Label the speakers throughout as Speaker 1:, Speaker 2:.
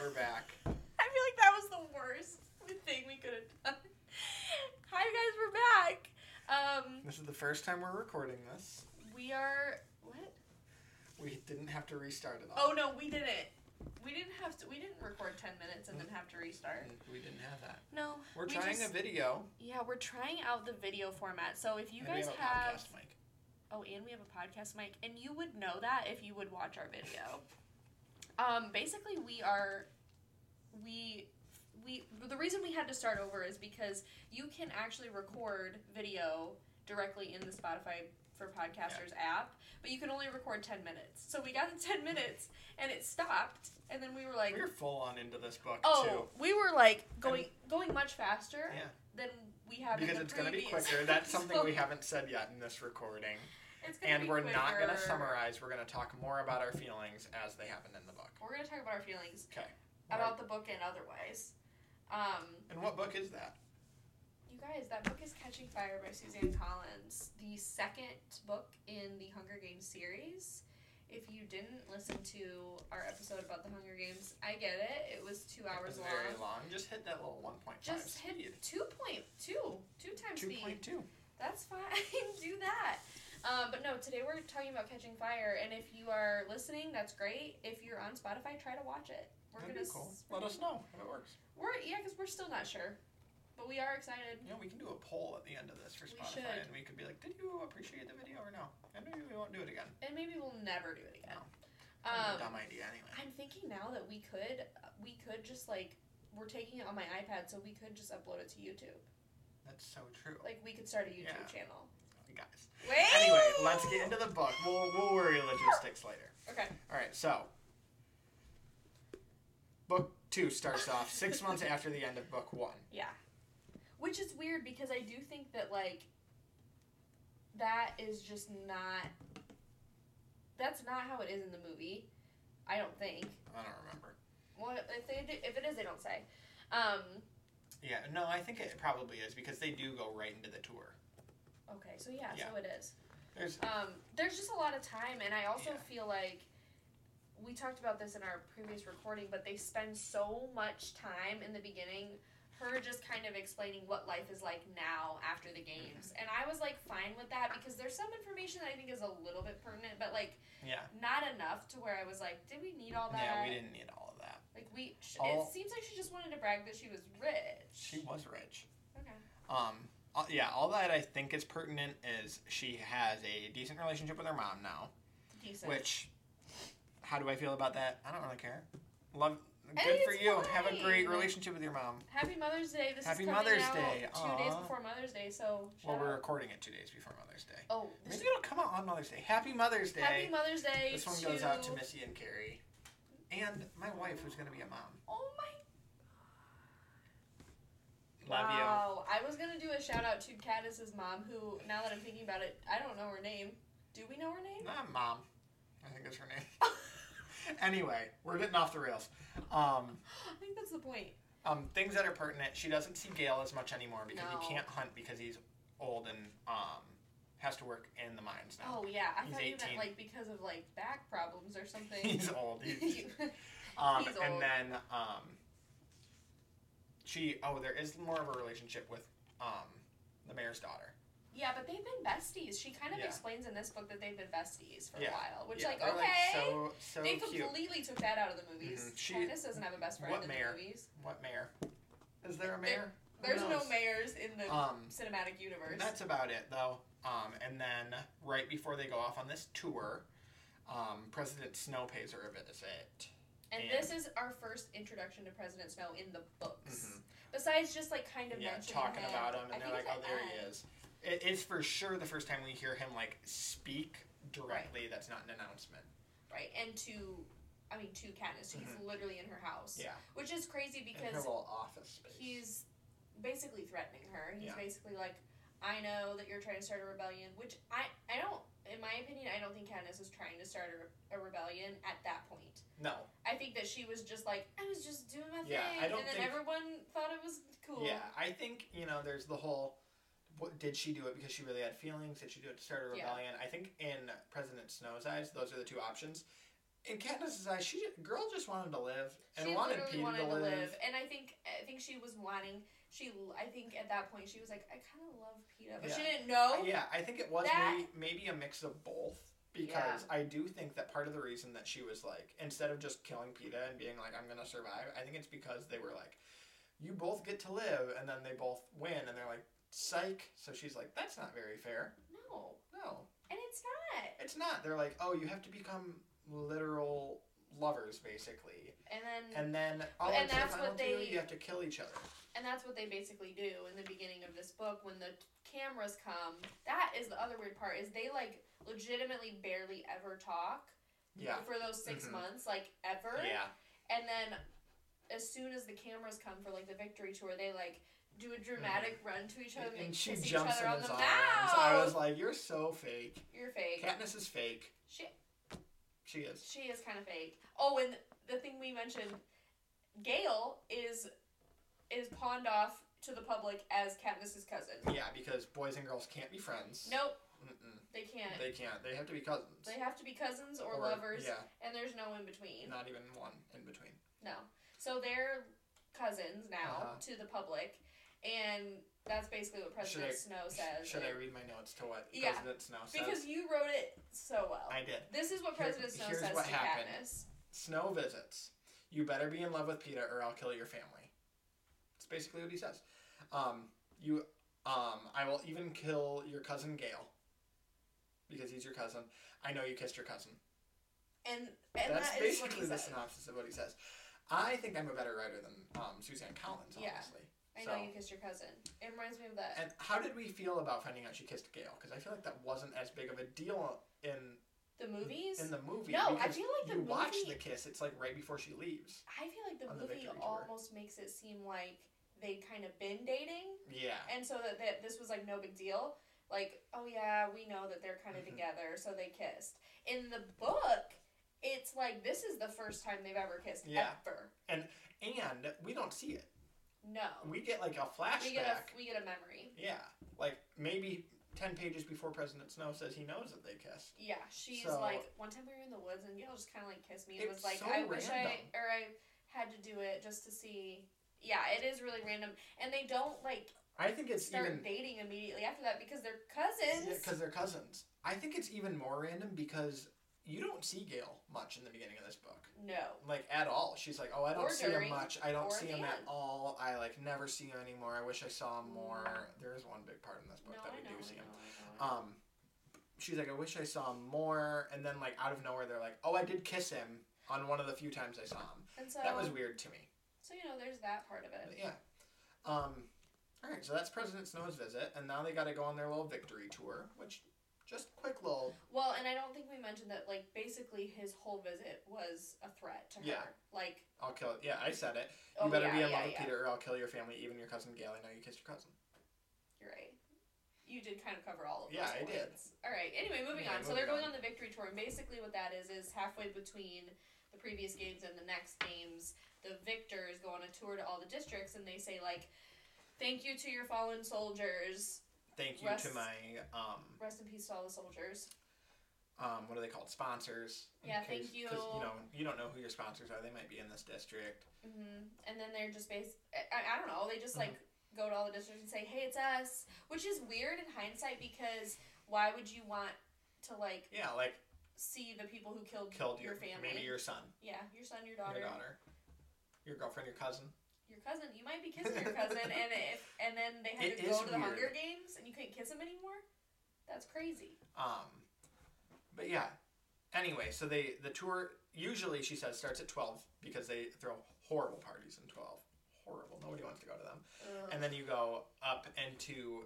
Speaker 1: We're back.
Speaker 2: I feel like that was the worst thing we could have done. Hi, you guys, we're back. Um,
Speaker 1: This is the first time we're recording this.
Speaker 2: we are what?
Speaker 1: We didn't have to restart it all.
Speaker 2: Oh no, we didn't. We didn't have to. We didn't record ten minutes and then have to restart.
Speaker 1: We didn't have that.
Speaker 2: No,
Speaker 1: We're
Speaker 2: we
Speaker 1: trying
Speaker 2: just-
Speaker 1: a video.
Speaker 2: Yeah, we're trying out the video format. So if you
Speaker 1: and
Speaker 2: guys
Speaker 1: we have, a
Speaker 2: have,
Speaker 1: podcast mic.
Speaker 2: oh, and we have a podcast mic, and you would know that if you would watch our video. Um, basically, we are, we, we. The reason we had to start over is because you can actually record video directly in the Spotify for Podcasters app, but you can only record ten minutes. So we got to ten minutes, and it stopped, and then we were like,
Speaker 1: we were full on into this book
Speaker 2: oh, we were like going going much
Speaker 1: too.
Speaker 2: faster
Speaker 1: Yeah,
Speaker 2: than we have
Speaker 1: because
Speaker 2: in the
Speaker 1: it's going to be
Speaker 2: previous
Speaker 1: quicker. That's something we
Speaker 2: episode.
Speaker 1: haven't said yet in this recording,
Speaker 2: It's gonna
Speaker 1: and
Speaker 2: be
Speaker 1: we're not going to
Speaker 2: quicker.
Speaker 1: summarize. We're going to talk more about our feelings as they happen in the book.
Speaker 2: We're gonna talk about our feelings
Speaker 1: Okay.
Speaker 2: about the book and otherwise. Um,
Speaker 1: And what book is that?
Speaker 2: you guys, that book is Catching Fire by Suzanne Collins, the second book in the Hunger Games series. If you didn't listen to our episode about the Hunger Games, I get it. It was two
Speaker 1: it's
Speaker 2: hours
Speaker 1: very long.
Speaker 2: long.
Speaker 1: Just hit that little 1.5
Speaker 2: Just
Speaker 1: speed.
Speaker 2: hit two point two, two times speed.
Speaker 1: 2.2.
Speaker 2: That's fine. Do that. Um, but no, today we're talking about Catching Fire, and if you are listening, that's great. If you're on Spotify, try to watch it. We're
Speaker 1: That'd
Speaker 2: gonna
Speaker 1: be cool.
Speaker 2: s-
Speaker 1: Let us know if it works.
Speaker 2: We're yeah, because we're still not sure, but we are excited.
Speaker 1: You know, we can do a poll at the end of this for
Speaker 2: We
Speaker 1: Spotify,
Speaker 2: should.
Speaker 1: and we could be like, "Did you appreciate the video or no?" And maybe we won't do it again.
Speaker 2: And maybe we'll never do it again.
Speaker 1: Kind of a dumb
Speaker 2: Um,
Speaker 1: idea, anyway.
Speaker 2: I'm thinking now that we could, we could just like, we're taking it on my iPad, so we could just upload it to YouTube.
Speaker 1: That's so true,
Speaker 2: Like we could start a YouTube
Speaker 1: Yeah.
Speaker 2: channel.
Speaker 1: guys.
Speaker 2: Wait.
Speaker 1: Anyway, let's get into the book. We'll we'll worry logistics later.
Speaker 2: Okay.
Speaker 1: All right. So, book two starts off six months after the end of book one.
Speaker 2: Yeah. Which is weird because I do think that like that is just not that's not how it is in the movie. I don't think.
Speaker 1: I don't remember.
Speaker 2: Well, if they do, if it is, they don't say. Um,
Speaker 1: Yeah. No, I think it probably is because they do go right into the tour.
Speaker 2: okay, so yeah,
Speaker 1: Yeah.
Speaker 2: so it is.
Speaker 1: There's
Speaker 2: Um, there's just a lot of time, and I also
Speaker 1: Yeah.
Speaker 2: feel like we talked about this in our previous recording, but they spend so much time in the beginning, her just kind of explaining what life is like now after the
Speaker 1: Mm-hmm.
Speaker 2: games, and I was like fine with that because there's some information that I think is a little bit pertinent, but like
Speaker 1: yeah.
Speaker 2: not enough to where I was like, did we need all
Speaker 1: Yeah,
Speaker 2: that?
Speaker 1: we didn't need all of that.
Speaker 2: Like we, sh-
Speaker 1: All-
Speaker 2: it seems like she just wanted to brag that she was rich.
Speaker 1: She was rich.
Speaker 2: okay.
Speaker 1: Um, uh, yeah, all that I think is pertinent is she has a decent relationship with her mom now.
Speaker 2: Decent.
Speaker 1: Which, how do I feel about that? I don't really care. Love,
Speaker 2: I
Speaker 1: good
Speaker 2: think
Speaker 1: for
Speaker 2: it's
Speaker 1: you. Have a great
Speaker 2: fine.
Speaker 1: relationship with your mom.
Speaker 2: Happy Mother's Day. This
Speaker 1: Happy
Speaker 2: is coming
Speaker 1: Mother's
Speaker 2: out
Speaker 1: Day.
Speaker 2: two days
Speaker 1: Aw.
Speaker 2: before Mother's Day, so
Speaker 1: Well,
Speaker 2: shout
Speaker 1: we're
Speaker 2: out.
Speaker 1: recording it two days before Mother's Day.
Speaker 2: Oh, this
Speaker 1: Maybe it'll come out on Mother's Day. Happy Mother's Day.
Speaker 2: Happy Mother's Day.
Speaker 1: this one
Speaker 2: to...
Speaker 1: goes out to Missy and Carrie, and my wife, who's gonna be a mom.
Speaker 2: Oh my.
Speaker 1: Love you.
Speaker 2: wow. I was gonna do a shout out to Cadis's mom, who now that I'm thinking about it, I don't know her name. Do we know her name?
Speaker 1: Not mom. I think that's her name. Anyway, we're getting off the rails. Um,
Speaker 2: I think that's the point.
Speaker 1: um, things that are pertinent. She doesn't see Gale as much anymore because
Speaker 2: No.
Speaker 1: he can't hunt because he's old and um, has to work in the mines now.
Speaker 2: Oh yeah, I
Speaker 1: He's
Speaker 2: thought you
Speaker 1: 18.
Speaker 2: meant like because of like back problems or something.
Speaker 1: He's old. He's,
Speaker 2: You-
Speaker 1: um,
Speaker 2: he's
Speaker 1: and
Speaker 2: old.
Speaker 1: then um, she. Oh, there is more of a relationship with um, the mayor's daughter.
Speaker 2: yeah, but they've been besties. She kind of
Speaker 1: Yeah.
Speaker 2: explains in this book that they've been besties for
Speaker 1: Yeah.
Speaker 2: a while, which
Speaker 1: Yeah,
Speaker 2: like
Speaker 1: they're,
Speaker 2: okay.
Speaker 1: so so
Speaker 2: they
Speaker 1: cute.
Speaker 2: completely took that out of the movies.
Speaker 1: Mhm. She-
Speaker 2: Candace doesn't have a best friend
Speaker 1: what
Speaker 2: in
Speaker 1: mayor?
Speaker 2: the movies.
Speaker 1: What mayor? Is there a
Speaker 2: There-
Speaker 1: mayor? Who
Speaker 2: There's no
Speaker 1: knows?
Speaker 2: mayors in the
Speaker 1: Um,
Speaker 2: cinematic universe.
Speaker 1: That's about it, though. Um, and then right before they go off on this tour, um, President Snow pays her a visit.
Speaker 2: And
Speaker 1: And-
Speaker 2: this is our first introduction to President Snow in the books. Besides just like kind of
Speaker 1: Mm-hmm. Yeah,
Speaker 2: mentioning
Speaker 1: talking
Speaker 2: him.
Speaker 1: about him,
Speaker 2: I
Speaker 1: and they're like,
Speaker 2: think
Speaker 1: "Oh,
Speaker 2: it's
Speaker 1: there
Speaker 2: at
Speaker 1: he is." It, it's for sure the first time we hear him like speak directly. That's not an announcement.
Speaker 2: the end, Right, and to, I mean, to Katniss, he's
Speaker 1: Mhm.
Speaker 2: literally in her house,
Speaker 1: Yeah,
Speaker 2: which is crazy
Speaker 1: in her
Speaker 2: because
Speaker 1: little office space.
Speaker 2: he's basically threatening her. He's
Speaker 1: Yeah.
Speaker 2: basically like, "I know that you're trying to start a rebellion," which I, I don't, in my opinion, I don't think Katniss was trying to start a, re- a rebellion at that point.
Speaker 1: no,
Speaker 2: I think that she was just like, "I was just doing my
Speaker 1: Yeah,
Speaker 2: thing,"
Speaker 1: I don't
Speaker 2: and then
Speaker 1: think-
Speaker 2: everyone thought it was cool.
Speaker 1: yeah, I think you know. There's the whole. What, did she do it because she really had feelings? Did she do it to start a
Speaker 2: Yeah.
Speaker 1: rebellion? I think in President Snow's eyes, those are the two options. in Katniss's eyes, she girl just wanted to live and
Speaker 2: she
Speaker 1: wanted
Speaker 2: literally
Speaker 1: Peter
Speaker 2: wanted
Speaker 1: to live.
Speaker 2: and I think I think she was wanting. She I think at that point she was like, I kind of love Peeta, but she
Speaker 1: Yeah.
Speaker 2: didn't know.
Speaker 1: Yeah, I think it was
Speaker 2: Oh, That-
Speaker 1: maybe, maybe a mix of both
Speaker 2: Yeah.
Speaker 1: because I do think that part of the reason that she was like instead of just killing Peta and being like I'm gonna survive, I think it's because they were like, you both get to live, and then they both win, and they're like, psych. So she's like, that's not very fair.
Speaker 2: No,
Speaker 1: No,
Speaker 2: and it's not.
Speaker 1: it's not. They're like, oh, you have to become literal lovers basically,
Speaker 2: And then and,
Speaker 1: and then all
Speaker 2: Mm. And
Speaker 1: until the
Speaker 2: that's what
Speaker 1: final
Speaker 2: they-
Speaker 1: two, you have to kill each other.
Speaker 2: that's what they basically do in the beginning of this book when the cameras come. That is the other weird part is they like legitimately barely ever talk
Speaker 1: Yeah.
Speaker 2: for those 6
Speaker 1: Mhm.
Speaker 2: months, like ever.
Speaker 1: Yeah.
Speaker 2: And then as soon as the cameras come for like the victory tour, they like do a dramatic run to each other
Speaker 1: Mm-hmm.
Speaker 2: and,
Speaker 1: And,
Speaker 2: they
Speaker 1: and she
Speaker 2: kiss each
Speaker 1: jumps
Speaker 2: other
Speaker 1: in
Speaker 2: on
Speaker 1: his
Speaker 2: the
Speaker 1: arms.
Speaker 2: mouth.
Speaker 1: I was like, you're so fake.
Speaker 2: You're fake.
Speaker 1: Katniss is fake.
Speaker 2: She
Speaker 1: She is.
Speaker 2: she is kind of fake. Oh, and the thing we mentioned, Gail is is pawned off to the public as Katniss's cousin.
Speaker 1: Yeah, because boys and girls can't be friends.
Speaker 2: Nope,
Speaker 1: Mm-mm.
Speaker 2: they can't.
Speaker 1: They can't. They have to be cousins.
Speaker 2: They have to be cousins or, lovers,
Speaker 1: Yeah,
Speaker 2: and there's no in between.
Speaker 1: not even one in between.
Speaker 2: No. So they're cousins now
Speaker 1: Uh-huh.
Speaker 2: to the public, and that's basically what President
Speaker 1: I-
Speaker 2: Snow says.
Speaker 1: Should
Speaker 2: And-
Speaker 1: I read my notes to what
Speaker 2: Yeah,
Speaker 1: President Snow says?
Speaker 2: because you wrote it so well.
Speaker 1: I did.
Speaker 2: this is what
Speaker 1: Here-
Speaker 2: President Snow
Speaker 1: here's
Speaker 2: says
Speaker 1: what
Speaker 2: to
Speaker 1: happened.
Speaker 2: Katniss.
Speaker 1: Snow visits. You better be in love with Peeta or I'll kill your family. That's basically what he says. Um, you, um, I will even kill your cousin Gail. Because he's your cousin. I know you kissed your cousin.
Speaker 2: And and
Speaker 1: That's
Speaker 2: that is what
Speaker 1: basically
Speaker 2: he
Speaker 1: the
Speaker 2: says.
Speaker 1: synopsis of what he says. I think I'm a better writer than um, Suzanne Collins,
Speaker 2: Yeah.
Speaker 1: honestly.
Speaker 2: I
Speaker 1: so.
Speaker 2: know you kissed your cousin. It reminds me of that.
Speaker 1: And how did we feel about finding out she kissed Gail? Because I feel like that wasn't as big of a deal in
Speaker 2: The movies?
Speaker 1: in the movie.
Speaker 2: No, I
Speaker 1: because
Speaker 2: feel like the
Speaker 1: you watch
Speaker 2: movie-
Speaker 1: the kiss. It's like right before she leaves.
Speaker 2: I feel like the
Speaker 1: on the
Speaker 2: movie
Speaker 1: Victory Tour.
Speaker 2: almost makes it seem like they'd kind of been dating,
Speaker 1: Yeah,
Speaker 2: and so that, that this was like no big deal. Like, oh yeah, we know that they're kind of
Speaker 1: Mhm.
Speaker 2: together, so they kissed. In the book, it's like this is the first time they've ever kissed
Speaker 1: Yeah.
Speaker 2: ever.
Speaker 1: and we don't see it.
Speaker 2: No,
Speaker 1: We get like a flashback.
Speaker 2: we get a we get a memory.
Speaker 1: Yeah, like maybe ten pages before President Snow says he knows that they kissed.
Speaker 2: Yeah, she's
Speaker 1: So-
Speaker 2: like one time we were in the woods and Gail just kind of like kissed me and
Speaker 1: It's
Speaker 2: was like,
Speaker 1: so
Speaker 2: I wish I
Speaker 1: random.
Speaker 2: or I had to do it just to see. Yeah, it is really random, and they don't like
Speaker 1: I think it's
Speaker 2: start
Speaker 1: even
Speaker 2: dating immediately after that because they're cousins.
Speaker 1: because they're cousins. I think it's even more random because you don't see Gail much in the beginning of this book.
Speaker 2: no.
Speaker 1: like at all. She's like, oh, I don't
Speaker 2: Or
Speaker 1: see him
Speaker 2: during,
Speaker 1: much. I don't
Speaker 2: or
Speaker 1: see
Speaker 2: at
Speaker 1: him
Speaker 2: the
Speaker 1: at
Speaker 2: end.
Speaker 1: all. I like never see him anymore. I wish I saw him more. There is one big part in this book
Speaker 2: No,
Speaker 1: that
Speaker 2: I
Speaker 1: we
Speaker 2: know,
Speaker 1: do see
Speaker 2: I
Speaker 1: him.
Speaker 2: know, I know.
Speaker 1: Um, she's like, I wish I saw him more. And then like out of nowhere, they're like, oh, I did kiss him on one of the few times I saw him.
Speaker 2: and so,
Speaker 1: That was weird to me.
Speaker 2: so you know, there's that part of
Speaker 1: But
Speaker 2: it.
Speaker 1: yeah. Um, all right. So that's President Snow's visit, and now they got to go on their little victory tour, which just quick little
Speaker 2: Well, and I don't think we mentioned that, like, basically his whole visit was a threat to her.
Speaker 1: Yeah.
Speaker 2: Like,
Speaker 1: I'll kill it. Yeah, I said it.
Speaker 2: oh,
Speaker 1: you better
Speaker 2: yeah,
Speaker 1: be in
Speaker 2: yeah,
Speaker 1: love with
Speaker 2: yeah.
Speaker 1: Peter, or I'll kill your family, even your cousin Gail. I know you kissed your cousin.
Speaker 2: You're right. You did kind of cover all of
Speaker 1: Yeah,
Speaker 2: those
Speaker 1: I did.
Speaker 2: points. All right. Anyway, moving
Speaker 1: Yeah,
Speaker 2: on. so they're
Speaker 1: moving
Speaker 2: going on
Speaker 1: on.
Speaker 2: the victory tour, and basically what that is is halfway between the previous games and the next games, the victors go on a tour to all the districts, and they say like, "Thank you to your fallen soldiers.
Speaker 1: Thank you
Speaker 2: Rest-
Speaker 1: to my um,
Speaker 2: Rest in peace to all the soldiers."
Speaker 1: um, what are they called? Sponsors. in
Speaker 2: Yeah, thank
Speaker 1: case- 'cause,
Speaker 2: you.
Speaker 1: you know, you don't know who your sponsors are. They might be in this district.
Speaker 2: hmm And then they're just based. I, I don't know. They just like
Speaker 1: Uh-huh.
Speaker 2: go to all the districts and say, "Hey, it's us," which is weird in hindsight because why would you want to like
Speaker 1: Yeah, like
Speaker 2: see the people who killed,
Speaker 1: killed
Speaker 2: your,
Speaker 1: your,
Speaker 2: family?
Speaker 1: maybe your son,
Speaker 2: yeah, your son, your daughter,
Speaker 1: your daughter, your girlfriend, your cousin.
Speaker 2: your cousin. You might be kissing your cousin, and if and then they had
Speaker 1: It
Speaker 2: to go
Speaker 1: is
Speaker 2: to the Hunger
Speaker 1: weird.
Speaker 2: Games, and you couldn't kiss him anymore. That's crazy.
Speaker 1: Um, but yeah. Anyway, so they the tour usually she says starts at twelve because they throw horrible parties in twelve. Horrible. Nobody wants to go to them.
Speaker 2: Ugh.
Speaker 1: And then you go up into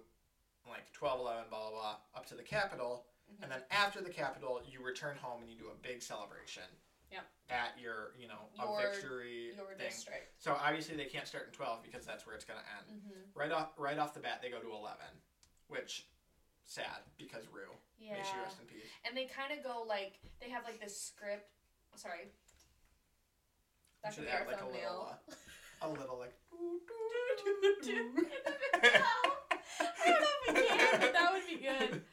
Speaker 1: like 12, 11, blah, blah, blah, up to the Capitol.
Speaker 2: Mm-hmm.
Speaker 1: And then after the Capitol, you return home and you do a big celebration.
Speaker 2: Yep.
Speaker 1: At your, you know, a
Speaker 2: Your-
Speaker 1: victory
Speaker 2: your
Speaker 1: thing.
Speaker 2: district.
Speaker 1: So obviously they can't start in 12 because that's where it's going to end.
Speaker 2: Mm-hmm.
Speaker 1: Right off right off the bat, they go to 11, which sad because Rue. May she
Speaker 2: Yeah.
Speaker 1: rest in peace.
Speaker 2: And they kind of go like they have like this script. Sorry.
Speaker 1: We
Speaker 2: That could
Speaker 1: should
Speaker 2: be
Speaker 1: add
Speaker 2: our
Speaker 1: like a little,
Speaker 2: thumbnail.
Speaker 1: uh, a little like.
Speaker 2: I don't know if we can, but that would be good.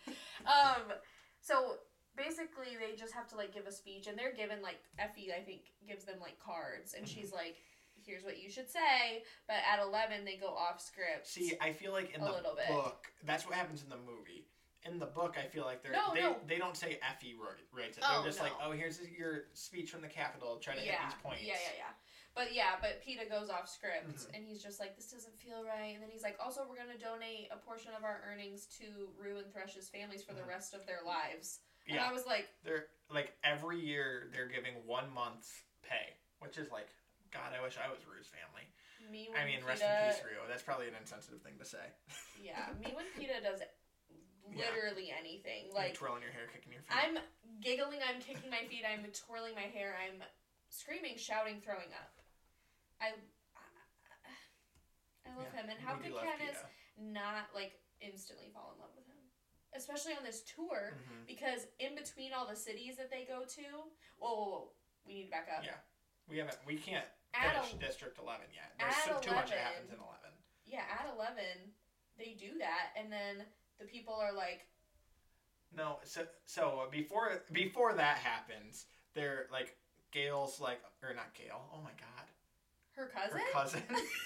Speaker 2: Um, so basically they just have to like give a speech and they're given like Effie I think gives them like cards and
Speaker 1: Mhm.
Speaker 2: she's like here's what you should say but at 11 they go off script.
Speaker 1: See, I feel like in
Speaker 2: A
Speaker 1: the
Speaker 2: little bit.
Speaker 1: book, that's what happens in the movie. In the book, I feel like they're
Speaker 2: No,
Speaker 1: they,
Speaker 2: no.
Speaker 1: they don't say Effie wrote it- writes it.
Speaker 2: Oh,
Speaker 1: they're just like,
Speaker 2: no.
Speaker 1: oh, here's your speech from the Capitol. Try to hit
Speaker 2: yeah.
Speaker 1: these points.
Speaker 2: Yeah, yeah, yeah. But yeah, but PETA goes off script
Speaker 1: Mhm.
Speaker 2: and he's just like, this doesn't feel right. And then he's like, also, we're going to donate a portion of our earnings to Rue and Thresh's families for the
Speaker 1: Mhm.
Speaker 2: rest of their lives. And
Speaker 1: Yeah.
Speaker 2: I was like,
Speaker 1: They're like every year they're giving one month's pay, which is like, God, I wish I was Rue's family.
Speaker 2: me when
Speaker 1: I mean,
Speaker 2: PETA.
Speaker 1: rest in peace, Rue. That's probably an insensitive thing to say.
Speaker 2: Yeah, me when PETA does literally anything.
Speaker 1: You're
Speaker 2: Like,
Speaker 1: twirling your hair, kicking your feet.
Speaker 2: I'm giggling, I'm kicking my feet, I'm twirling my hair, I'm screaming, shouting, throwing up. I. I love him, and how
Speaker 1: We
Speaker 2: could
Speaker 1: do love
Speaker 2: Candace
Speaker 1: PETA.
Speaker 2: not like instantly fall in love with him, especially on this tour
Speaker 1: Mhm.
Speaker 2: because in between all the cities that they go to, whoa, whoa, whoa we need to back up.
Speaker 1: Yeah. We haven't. We can't
Speaker 2: At
Speaker 1: finish
Speaker 2: el-
Speaker 1: District Eleven yet. There's
Speaker 2: at
Speaker 1: so, too much that
Speaker 2: 11.
Speaker 1: happens in Eleven.
Speaker 2: yeah, at eleven they do that, and then the people are like,
Speaker 1: No, so so before before that happens, they're like Gail's like or not Gail. Oh my god,
Speaker 2: her cousin.
Speaker 1: her cousin.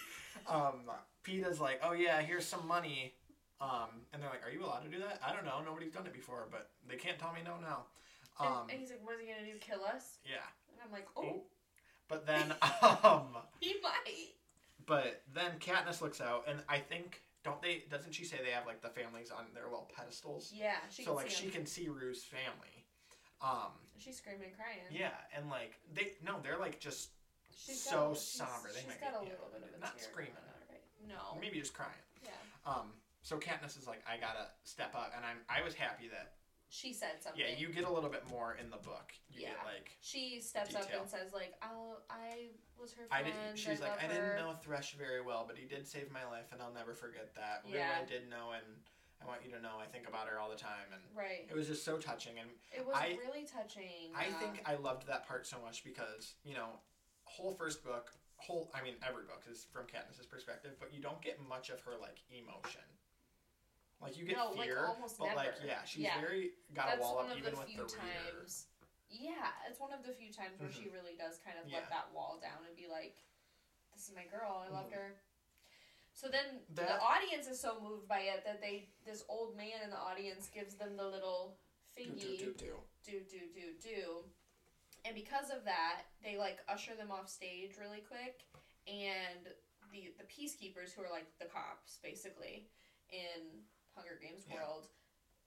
Speaker 1: um, Peta's like, oh yeah, here's some money. Um, and they're like, are you allowed to do that? I don't know. Nobody's done it before, but they can't tell me no now.
Speaker 2: And-
Speaker 1: Um,
Speaker 2: and, he's like, "What's he gonna do? Kill us?"
Speaker 1: yeah.
Speaker 2: And I'm like, "Oh,
Speaker 1: But then, um,
Speaker 2: he might."
Speaker 1: but then Katniss looks out, and I think don't they? Doesn't she say they have like the families on their little pedestals?
Speaker 2: Yeah, she
Speaker 1: so
Speaker 2: can
Speaker 1: like
Speaker 2: see
Speaker 1: she
Speaker 2: him.
Speaker 1: can see Rue's family. Um,
Speaker 2: She's screaming, crying.
Speaker 1: yeah, and like they no, they're like just
Speaker 2: she's
Speaker 1: so
Speaker 2: got, she's-
Speaker 1: somber. They
Speaker 2: she's
Speaker 1: might
Speaker 2: got
Speaker 1: be-
Speaker 2: a
Speaker 1: yeah,
Speaker 2: little bit of a
Speaker 1: not
Speaker 2: tear
Speaker 1: screaming.
Speaker 2: going on her face. No.
Speaker 1: maybe just crying.
Speaker 2: Yeah,
Speaker 1: Um, so Katniss is like, I gotta step up, and I'm I was happy that
Speaker 2: she said something.
Speaker 1: yeah, you get a little bit more in the book. You
Speaker 2: Yeah.
Speaker 1: get like
Speaker 2: she steps up
Speaker 1: Detail.
Speaker 2: and says like I'll, I was her
Speaker 1: I
Speaker 2: friend.
Speaker 1: didn't. She's
Speaker 2: love
Speaker 1: like, I
Speaker 2: her.
Speaker 1: didn't know Thresh very well, but he did save my life, and I'll never forget that. Rue,
Speaker 2: Yeah.
Speaker 1: I did know, and I want you to know, I think about her all the time, and
Speaker 2: Right.
Speaker 1: it was just so touching. And
Speaker 2: It was
Speaker 1: I-
Speaker 2: really touching. um,
Speaker 1: I
Speaker 2: yeah.
Speaker 1: think I loved that part so much because you know, whole first book, whole I mean every book is from Katniss's perspective, but you don't get much of her like emotion. Like you get
Speaker 2: No, like,
Speaker 1: fear,
Speaker 2: almost
Speaker 1: but like
Speaker 2: never.
Speaker 1: yeah, she's
Speaker 2: Yeah.
Speaker 1: very got
Speaker 2: that's
Speaker 1: a wall
Speaker 2: one
Speaker 1: up
Speaker 2: of
Speaker 1: even
Speaker 2: the
Speaker 1: with
Speaker 2: few
Speaker 1: the reader.
Speaker 2: times. Yeah, it's one of the few times where she really does kind of let
Speaker 1: Mm-hmm. Yeah.
Speaker 2: that wall down and be like, "This is my girl. I loved
Speaker 1: Mhm.
Speaker 2: her." So then the
Speaker 1: That-
Speaker 2: audience is so moved by it that they this old man in the audience gives them the little
Speaker 1: Do do
Speaker 2: thingy
Speaker 1: do do.
Speaker 2: do do do do and because of that they like usher them off stage really quick and the the peacekeepers who are like the cops basically in hunger games
Speaker 1: Yeah.
Speaker 2: world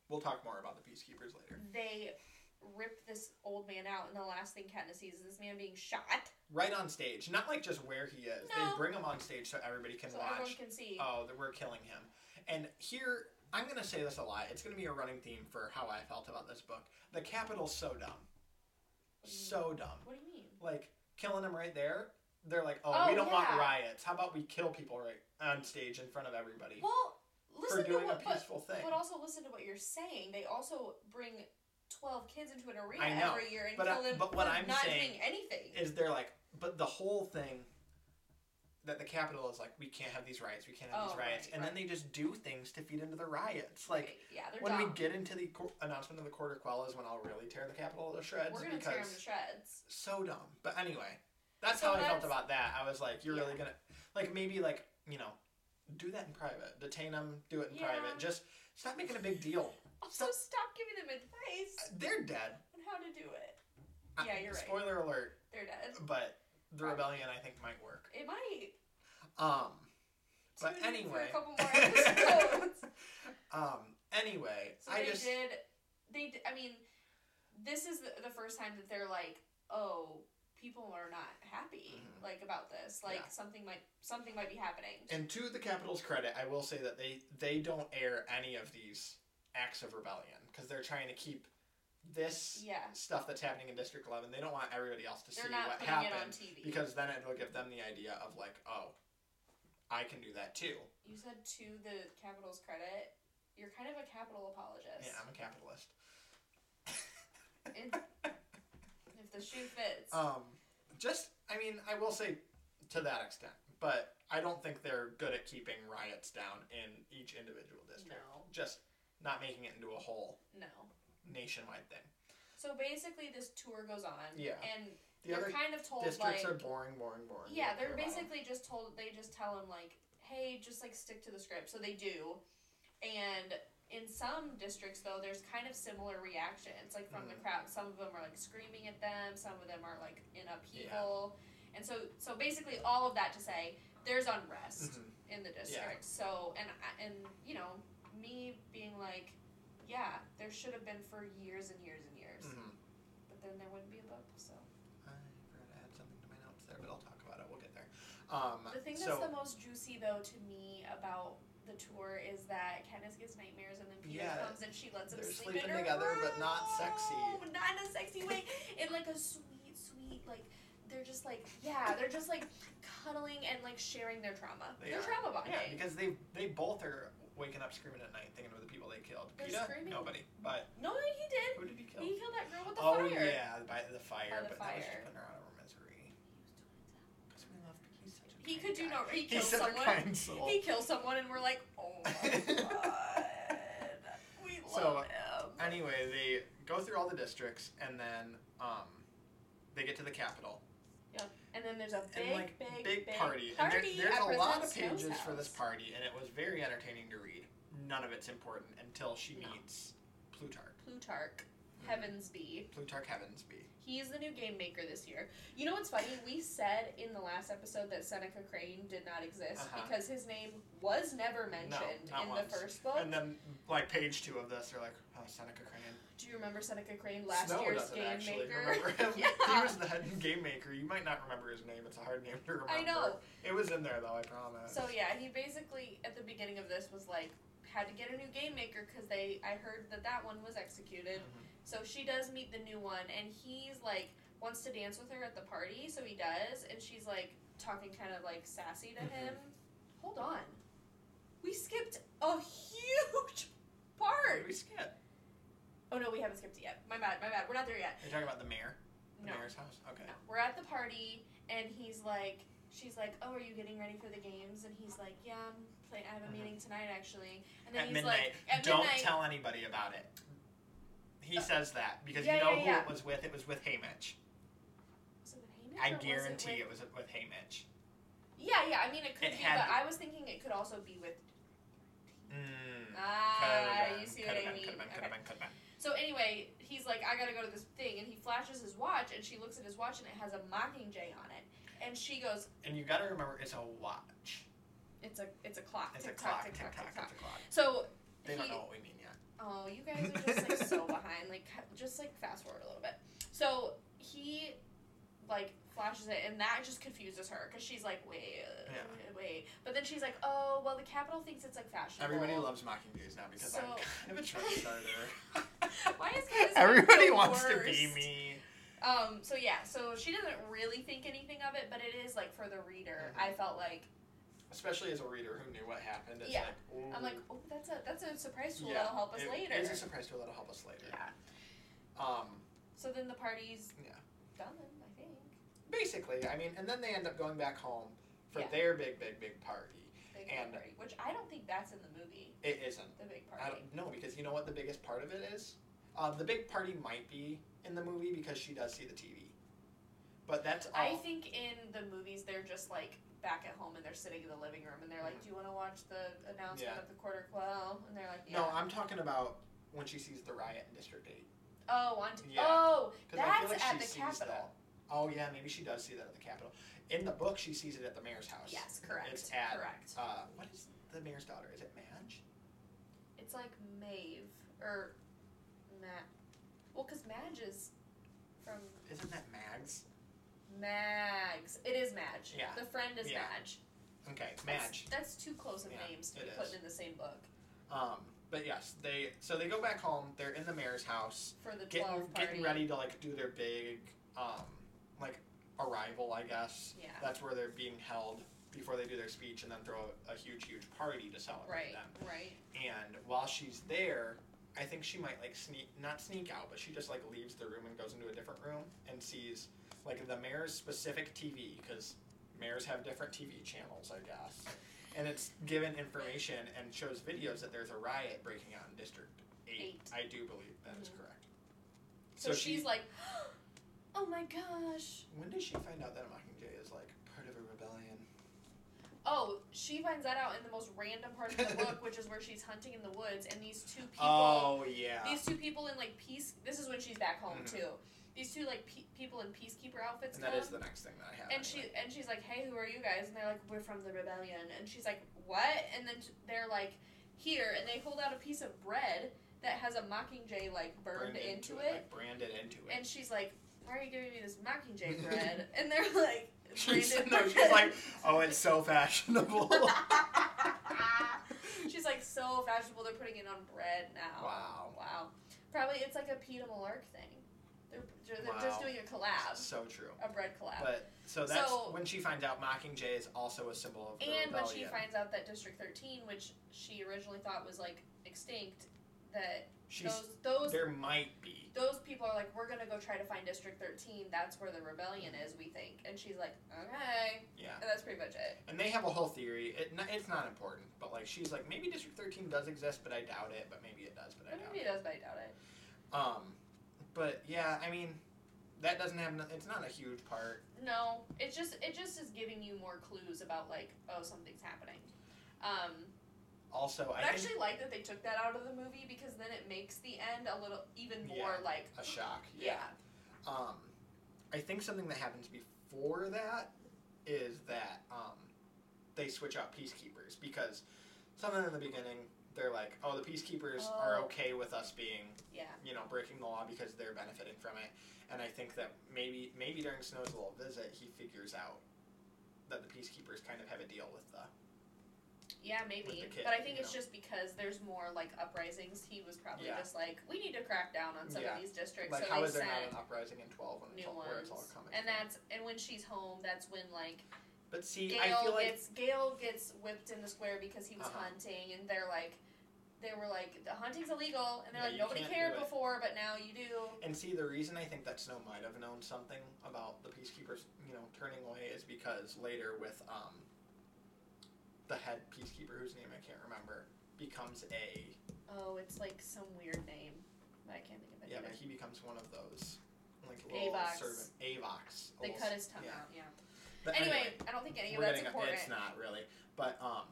Speaker 1: We'll talk more about the peacekeepers later.
Speaker 2: they rip this old man out and the last thing Katniss sees is this man being shot
Speaker 1: Right on stage, not like just where he is.
Speaker 2: No.
Speaker 1: They bring him on stage so everybody can
Speaker 2: so everyone
Speaker 1: watch.
Speaker 2: can see
Speaker 1: Oh, that we're killing him. And here, I'm gonna say this a lot. It's gonna be a running theme for how I felt about this book. The Capitol's so dumb, so dumb.
Speaker 2: what do you mean
Speaker 1: like killing them right there. They're like, oh,
Speaker 2: Oh,
Speaker 1: we don't want
Speaker 2: yeah.
Speaker 1: riots. How about we kill people right on stage in front of everybody
Speaker 2: well
Speaker 1: for
Speaker 2: listen to
Speaker 1: doing
Speaker 2: what
Speaker 1: a
Speaker 2: but,
Speaker 1: peaceful thing?
Speaker 2: but also listen to what you're saying they also bring 12 kids into an arena
Speaker 1: I know,
Speaker 2: every year and
Speaker 1: but I-
Speaker 2: kill them
Speaker 1: but what
Speaker 2: for
Speaker 1: I'm
Speaker 2: not
Speaker 1: saying
Speaker 2: doing anything
Speaker 1: Is they're like, but the whole thing that the capital is like, we can't have these riots. We can't have
Speaker 2: Oh,
Speaker 1: these riots,
Speaker 2: right,
Speaker 1: and
Speaker 2: right.
Speaker 1: then they just do things to feed into the riots. Like
Speaker 2: yeah they're
Speaker 1: when
Speaker 2: dumb.
Speaker 1: we get into the qu- announcement of the quarter quell is when I'll really tear the capital to shreds
Speaker 2: We're gonna
Speaker 1: because
Speaker 2: tear him to shreds.
Speaker 1: so dumb. But anyway, that's
Speaker 2: So
Speaker 1: how I felt
Speaker 2: that's-
Speaker 1: about that. I was like, you're
Speaker 2: Yeah.
Speaker 1: really gonna like maybe like you know, do that in private. Detain them. Do it in
Speaker 2: Yeah.
Speaker 1: private. Just stop making a big deal.
Speaker 2: Also, stop giving them advice
Speaker 1: They're dead.
Speaker 2: on how to do it.
Speaker 1: I-
Speaker 2: Yeah, you're right.
Speaker 1: Spoiler alert,
Speaker 2: They're dead.
Speaker 1: but the rebellion I think might work.
Speaker 2: It might.
Speaker 1: Um,
Speaker 2: Tune
Speaker 1: but
Speaker 2: in
Speaker 1: anyway,
Speaker 2: for a couple more episodes.
Speaker 1: um, anyway,
Speaker 2: so
Speaker 1: I
Speaker 2: they
Speaker 1: just
Speaker 2: did. They. d- I mean, this is the, the first time that they're like, oh, people are not happy
Speaker 1: Mhm.
Speaker 2: like about this. Like
Speaker 1: Yeah.
Speaker 2: something might something might be happening.
Speaker 1: and to the Capitol's credit, I will say that they they don't air any of these acts of rebellion because they're trying to keep this
Speaker 2: yeah,
Speaker 1: stuff that's happening in District Eleven. They don't want everybody else to
Speaker 2: they're
Speaker 1: see
Speaker 2: not
Speaker 1: what
Speaker 2: putting it on
Speaker 1: happened
Speaker 2: TV.
Speaker 1: because then it'll give them the idea of like, oh, I can do that too.
Speaker 2: you said to the Capitals credit, you're kind of a capital apologist.
Speaker 1: Yeah, I'm a capitalist.
Speaker 2: And if the shoe fits.
Speaker 1: Um, just, I mean, I will say to that extent, but I don't think they're good at keeping riots down in each individual district.
Speaker 2: No.
Speaker 1: Just not making it into a whole
Speaker 2: No.
Speaker 1: nationwide thing.
Speaker 2: So basically, this tour goes on.
Speaker 1: Yeah.
Speaker 2: And
Speaker 1: The other
Speaker 2: they're kind of told
Speaker 1: districts
Speaker 2: like,
Speaker 1: are boring, boring, boring.
Speaker 2: yeah, they're
Speaker 1: Don't care about 'em.
Speaker 2: basically just told. They just tell them like, hey, just like stick to the script. So they do, and in some districts though, there's kind of similar reactions like from the
Speaker 1: Mhm.
Speaker 2: crowd. Some of them are like screaming at them. Some of them are like in upheaval. And so, so basically, all of that to say, there's unrest
Speaker 1: Mhm.
Speaker 2: in the district. So and I- and you know me being like, yeah, there should have been for years and years and years,
Speaker 1: Mhm.
Speaker 2: but then there wouldn't be a book. So
Speaker 1: I forgot to add something to my notes there, but I'll talk about it. We'll get there. Um,
Speaker 2: the thing that's
Speaker 1: so,
Speaker 2: the most juicy though to me about the tour is that Candace gets nightmares and then Peter
Speaker 1: Yeah,
Speaker 2: comes and she lets him
Speaker 1: they're
Speaker 2: sleep in
Speaker 1: sleeping
Speaker 2: her
Speaker 1: together, but not sexy.
Speaker 2: room! Not in a sexy way. in like a sweet, sweet like. They're just like yeah, they're just like cuddling and like sharing their trauma.
Speaker 1: They
Speaker 2: their
Speaker 1: are.
Speaker 2: trauma bonding.
Speaker 1: yeah, because they they both are waking up screaming at night, thinking of the people they killed.
Speaker 2: They're
Speaker 1: PETA?
Speaker 2: screaming.
Speaker 1: Nobody. But
Speaker 2: No, he did.
Speaker 1: who did he kill?
Speaker 2: He killed that girl with the
Speaker 1: oh
Speaker 2: fire.
Speaker 1: yeah, by the fire.
Speaker 2: By the
Speaker 1: but that was just
Speaker 2: fire.
Speaker 1: putting her out of her misery. Because we love. He's such a
Speaker 2: He
Speaker 1: kind
Speaker 2: could do
Speaker 1: guy.
Speaker 2: no. He
Speaker 1: He's
Speaker 2: kills
Speaker 1: such
Speaker 2: someone.
Speaker 1: a kind soul.
Speaker 2: He kills someone, and we're like, oh my god, we
Speaker 1: So,
Speaker 2: love him.
Speaker 1: anyway, they go through all the districts and then um, they get to the capital.
Speaker 2: And then there's a big,
Speaker 1: and like
Speaker 2: big,
Speaker 1: big, party. and there-
Speaker 2: at
Speaker 1: there's a lot of
Speaker 2: President Snow's
Speaker 1: pages for this
Speaker 2: house.
Speaker 1: party, and it was very entertaining to read. None of it's important until she
Speaker 2: No.
Speaker 1: meets Plutarch.
Speaker 2: Plutarch,
Speaker 1: Hmm.
Speaker 2: Heavensby.
Speaker 1: Plutarch Heavensby.
Speaker 2: He's the new game maker this year. You know what's funny? We said in the last episode that Seneca Crane did not exist
Speaker 1: Uh-huh.
Speaker 2: because his name was never mentioned
Speaker 1: not
Speaker 2: in
Speaker 1: once.
Speaker 2: the first book.
Speaker 1: And then, like page two of this, they're like, "Oh, Seneca Crane."
Speaker 2: Do you remember Seneca Crane last
Speaker 1: Snow
Speaker 2: year's
Speaker 1: doesn't
Speaker 2: game
Speaker 1: actually
Speaker 2: maker?
Speaker 1: remember him. He
Speaker 2: Yeah.
Speaker 1: was the head game maker. You might not remember his name. It's a hard name to remember.
Speaker 2: I know.
Speaker 1: It was in there though. I promise.
Speaker 2: So yeah, he basically at the beginning of this was like had to get a new game maker because they I heard that that one was executed.
Speaker 1: Mhm.
Speaker 2: So she does meet the new one, and he's like wants to dance with her at the party, so he does, and she's like talking kind of like sassy to
Speaker 1: Mhm.
Speaker 2: him. Hold on, we skipped a huge part.
Speaker 1: we skip. Are
Speaker 2: Oh no, we haven't skipped it yet. My bad, my bad. We're not there yet.
Speaker 1: you talking about the mayor? The
Speaker 2: No.
Speaker 1: mayor's house. Okay.
Speaker 2: No, we're at the party, and he's like, she's like, oh, are you getting ready for the games? And he's like, yeah, I'm playing. I have a
Speaker 1: Mhm.
Speaker 2: meeting tonight, actually. And then
Speaker 1: at
Speaker 2: he's
Speaker 1: midnight.
Speaker 2: like, at
Speaker 1: Don't
Speaker 2: midnight.
Speaker 1: tell anybody about it. He
Speaker 2: Uh,
Speaker 1: says that because
Speaker 2: yeah,
Speaker 1: you know
Speaker 2: yeah,
Speaker 1: who
Speaker 2: yeah.
Speaker 1: it was with. It was with Haymitch.
Speaker 2: Was it with Hamish
Speaker 1: I
Speaker 2: or was it
Speaker 1: guarantee
Speaker 2: with-
Speaker 1: it was with Haymitch.
Speaker 2: Yeah, yeah. I mean, it could
Speaker 1: It
Speaker 2: be,
Speaker 1: had
Speaker 2: but
Speaker 1: to-
Speaker 2: I was thinking it could also be with.
Speaker 1: Mm.
Speaker 2: Ah, you see what
Speaker 1: could
Speaker 2: I
Speaker 1: have been, Could
Speaker 2: mean.
Speaker 1: have been. Could
Speaker 2: Okay.
Speaker 1: have been. Could have been.
Speaker 2: So anyway, he's like, I gotta go to this thing, and he flashes his watch, and she looks at his watch, and it has a mockingjay on it, and she goes,
Speaker 1: And you got to remember, it's a watch.
Speaker 2: it's a, it's a clock.
Speaker 1: It's
Speaker 2: tick,
Speaker 1: a clock.
Speaker 2: Tick,
Speaker 1: tick,
Speaker 2: tock,
Speaker 1: tock,
Speaker 2: tick, tock.
Speaker 1: It's a clock.
Speaker 2: So
Speaker 1: They
Speaker 2: he-
Speaker 1: don't know what we mean yet.
Speaker 2: Oh, you guys are just like so behind. Like, cu- just like fast forward a little bit. So he like flashes it, and that just confuses her because she's like, wait, uh,
Speaker 1: Yeah.
Speaker 2: wait. But then she's like, oh, well, the capital thinks it's like fashionable.
Speaker 1: Everybody loves Mockingjays now because I'm
Speaker 2: So-
Speaker 1: kind of a trend starter.
Speaker 2: Why is Candace
Speaker 1: Everybody
Speaker 2: the
Speaker 1: wants to be
Speaker 2: worst?
Speaker 1: me.
Speaker 2: Um. So yeah. So she doesn't really think anything of it, but it is like for the reader.
Speaker 1: Mhm.
Speaker 2: I felt like
Speaker 1: Especially as a reader who knew what happened. It's
Speaker 2: Yeah.
Speaker 1: like, ooh.
Speaker 2: I'm like, oh, that's a that's a surprise tool
Speaker 1: Yeah,
Speaker 2: that'll help us
Speaker 1: it-
Speaker 2: later.
Speaker 1: It's a surprise tool that'll help us later.
Speaker 2: yeah.
Speaker 1: Um,
Speaker 2: So then the party's
Speaker 1: Yeah.
Speaker 2: done. I think.
Speaker 1: basically, I mean, and then they end up going back home for
Speaker 2: Yeah.
Speaker 1: their big, big, big party.
Speaker 2: Big
Speaker 1: And-
Speaker 2: party, which I don't think that's in the movie.
Speaker 1: It isn't.
Speaker 2: The big
Speaker 1: I
Speaker 2: party.
Speaker 1: don't know because you know what the biggest part of it is. Uh, the big party might be in the movie because she does see the TV, but that's all.
Speaker 2: I think in the movies they're just like back at home and they're sitting in the living room and they're like,
Speaker 1: Mhm.
Speaker 2: "Do you want to watch the announcement
Speaker 1: Yeah.
Speaker 2: of the quarter quo?" And they're like,
Speaker 1: No,
Speaker 2: "Yeah."
Speaker 1: I'm talking about when she sees the riot in District Eight.
Speaker 2: oh, on t-
Speaker 1: Yeah.
Speaker 2: oh,
Speaker 1: Because I feel
Speaker 2: that's
Speaker 1: like
Speaker 2: at
Speaker 1: she
Speaker 2: the
Speaker 1: sees
Speaker 2: Capitol.
Speaker 1: that. Oh yeah, maybe she does see that at the Capitol. In the book, she sees it at the mayor's house.
Speaker 2: Yes, correct.
Speaker 1: It's at-
Speaker 2: correct.
Speaker 1: Uh, what is the mayor's daughter? Is it Madge?
Speaker 2: It's like Maeve or Matt. Well, because Madge is from
Speaker 1: Isn't that Mags?
Speaker 2: Mags. It is Madge.
Speaker 1: Yeah.
Speaker 2: The friend is
Speaker 1: Yeah.
Speaker 2: Madge.
Speaker 1: Okay,
Speaker 2: That's-
Speaker 1: Madge.
Speaker 2: That's, too close of
Speaker 1: Yeah,
Speaker 2: names to
Speaker 1: it
Speaker 2: be
Speaker 1: is.
Speaker 2: put in the same book
Speaker 1: Um, but yes, they so they go back home. They're in the mayor's house,
Speaker 2: for the
Speaker 1: getting
Speaker 2: twelve party.
Speaker 1: getting ready to like do their big um like arrival, I guess.
Speaker 2: Yeah.
Speaker 1: That's where they're being held before they do their speech, and then throw a, a huge, huge party to celebrate
Speaker 2: Right.
Speaker 1: them.
Speaker 2: Right.
Speaker 1: and while she's there i think she might like sneak not sneak out but she just like leaves the room and goes into a different room and sees like the mayor's specific tv because mayors have different tv channels i guess and it's given information and shows videos that there's a riot breaking out in district 8,
Speaker 2: Eight.
Speaker 1: i do believe that is
Speaker 2: Mhm.
Speaker 1: correct
Speaker 2: So,
Speaker 1: So she-
Speaker 2: she's like, oh my gosh.
Speaker 1: When does she find out that a Mockingjay is like part of a rebellion?
Speaker 2: Oh, she finds that out in the most random part of the book, which is where she's hunting in the woods, and these two people.
Speaker 1: Oh yeah.
Speaker 2: These two people in like peace. This is when she's back home
Speaker 1: Mhm.
Speaker 2: too. These two like pe- people in peacekeeper outfits.
Speaker 1: and that
Speaker 2: come,
Speaker 1: is the next thing that I have.
Speaker 2: and she and she's like, "Hey, who are you guys?" And they're like, "We're from the rebellion." And she's like, "What?" And then t- they're like, "Here." And they hold out a piece of bread that has a mockingjay like burned into, it.
Speaker 1: Like, branded into it.
Speaker 2: And she's like, "Why are you giving me this mockingjay bread?" and they're like,
Speaker 1: she's,
Speaker 2: "Branded
Speaker 1: no, she's
Speaker 2: bread."
Speaker 1: like, oh, it's so fashionable.
Speaker 2: she's like so fashionable. They're putting it on bread now.
Speaker 1: wow.
Speaker 2: Wow. Probably it's like a Peter Malark thing. They're, they're they're
Speaker 1: Wow.
Speaker 2: just doing a collab,
Speaker 1: So true.
Speaker 2: a bread collab.
Speaker 1: But so that's
Speaker 2: So-
Speaker 1: when she finds out Mockingjay is also a symbol of the
Speaker 2: and when
Speaker 1: rebellion.
Speaker 2: she finds out that District 13, which she originally thought was like extinct, that
Speaker 1: She's
Speaker 2: those those
Speaker 1: there might be.
Speaker 2: those people are like, we're gonna go try to find District 13. That's where the rebellion is, we think. And she's like, okay,
Speaker 1: Yeah.
Speaker 2: and that's pretty much it.
Speaker 1: And they have a whole theory. It, n- it's not important, but like she's like maybe District 13 does exist, but I doubt it. But maybe it does, but I
Speaker 2: But
Speaker 1: doubt
Speaker 2: maybe
Speaker 1: it.
Speaker 2: it does, but I doubt it.
Speaker 1: Um, but yeah, I mean, that doesn't have. No, it's not a huge part.
Speaker 2: No, it just it just is giving you more clues about like, oh, something's happening. Um,
Speaker 1: Also,
Speaker 2: I
Speaker 1: I
Speaker 2: actually like that they took that out of the movie because then it makes the end a little even more
Speaker 1: Yeah.
Speaker 2: like,
Speaker 1: think a shock.
Speaker 2: yeah.
Speaker 1: Um, I think something that happens before that is that um, they switch out peacekeepers because something in the beginning they're like, oh, the peacekeepers are
Speaker 2: Oh.
Speaker 1: okay with us being
Speaker 2: yeah.
Speaker 1: you know, breaking the law because they're benefiting from it. And I think that maybe maybe during Snow's little visit, he figures out that the peacekeepers kind of have a deal with the.
Speaker 2: Yeah, maybe.
Speaker 1: with the kid,
Speaker 2: but I think
Speaker 1: you
Speaker 2: it's just because there's more like uprisings. He was probably
Speaker 1: Yeah.
Speaker 2: just like, we need to crack down on some
Speaker 1: Yeah.
Speaker 2: of these districts.
Speaker 1: Like,
Speaker 2: so
Speaker 1: how
Speaker 2: they
Speaker 1: is there not
Speaker 2: sent
Speaker 1: an uprising in 12 when it's
Speaker 2: new
Speaker 1: all, where
Speaker 2: ones.
Speaker 1: it's all coming?
Speaker 2: and
Speaker 1: from?
Speaker 2: that's and when she's home, that's when like
Speaker 1: But see, I
Speaker 2: Gail
Speaker 1: feel like.
Speaker 2: gets Gail gets whipped in the square because he was
Speaker 1: Uh-huh.
Speaker 2: hunting, and they're like, they were like, the hunting's illegal, and
Speaker 1: Yeah,
Speaker 2: they're like,
Speaker 1: you
Speaker 2: nobody
Speaker 1: can't
Speaker 2: cared
Speaker 1: do it."
Speaker 2: before, but now you do.
Speaker 1: And see, the reason I think that Snow might have known something about the peacekeepers, you know, turning away is because later with um, the head peacekeeper, whose name I can't remember, becomes a.
Speaker 2: Oh, it's like some weird name, but I can't think of it.
Speaker 1: Yeah,
Speaker 2: either.
Speaker 1: but he becomes one of those. Like little
Speaker 2: Avox.
Speaker 1: servant. Avox. a
Speaker 2: They
Speaker 1: little
Speaker 2: cut
Speaker 1: s-
Speaker 2: his tongue
Speaker 1: yeah.
Speaker 2: out. Yeah.
Speaker 1: But
Speaker 2: Anyway, I don't think any of
Speaker 1: we're
Speaker 2: that's
Speaker 1: getting
Speaker 2: important.
Speaker 1: it's not really, but um,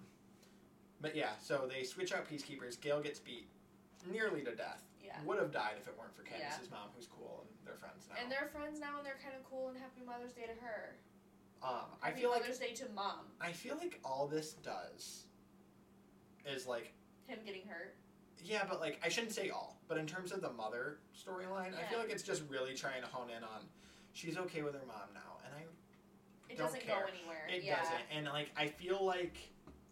Speaker 1: but yeah. So they switch out peacekeepers. Gail gets beat nearly to death.
Speaker 2: yeah.
Speaker 1: Would have died if it weren't for
Speaker 2: Yeah.
Speaker 1: Candace's mom, who's cool and they're friends now.
Speaker 2: And they're friends now, and they're kind of cool. And happy Mother's Day to her.
Speaker 1: um, I
Speaker 2: Happy
Speaker 1: feel like
Speaker 2: Mother's Day to mom.
Speaker 1: I feel like all this does is like
Speaker 2: Him getting hurt.
Speaker 1: yeah, but like I shouldn't say all, but in terms of the mother storyline, I
Speaker 2: Yeah.
Speaker 1: feel like it's just really trying to hone in on she's okay with her mom now, and I
Speaker 2: It
Speaker 1: Don't
Speaker 2: doesn't
Speaker 1: care.
Speaker 2: go anywhere.
Speaker 1: it
Speaker 2: yeah.
Speaker 1: doesn't, and like I feel like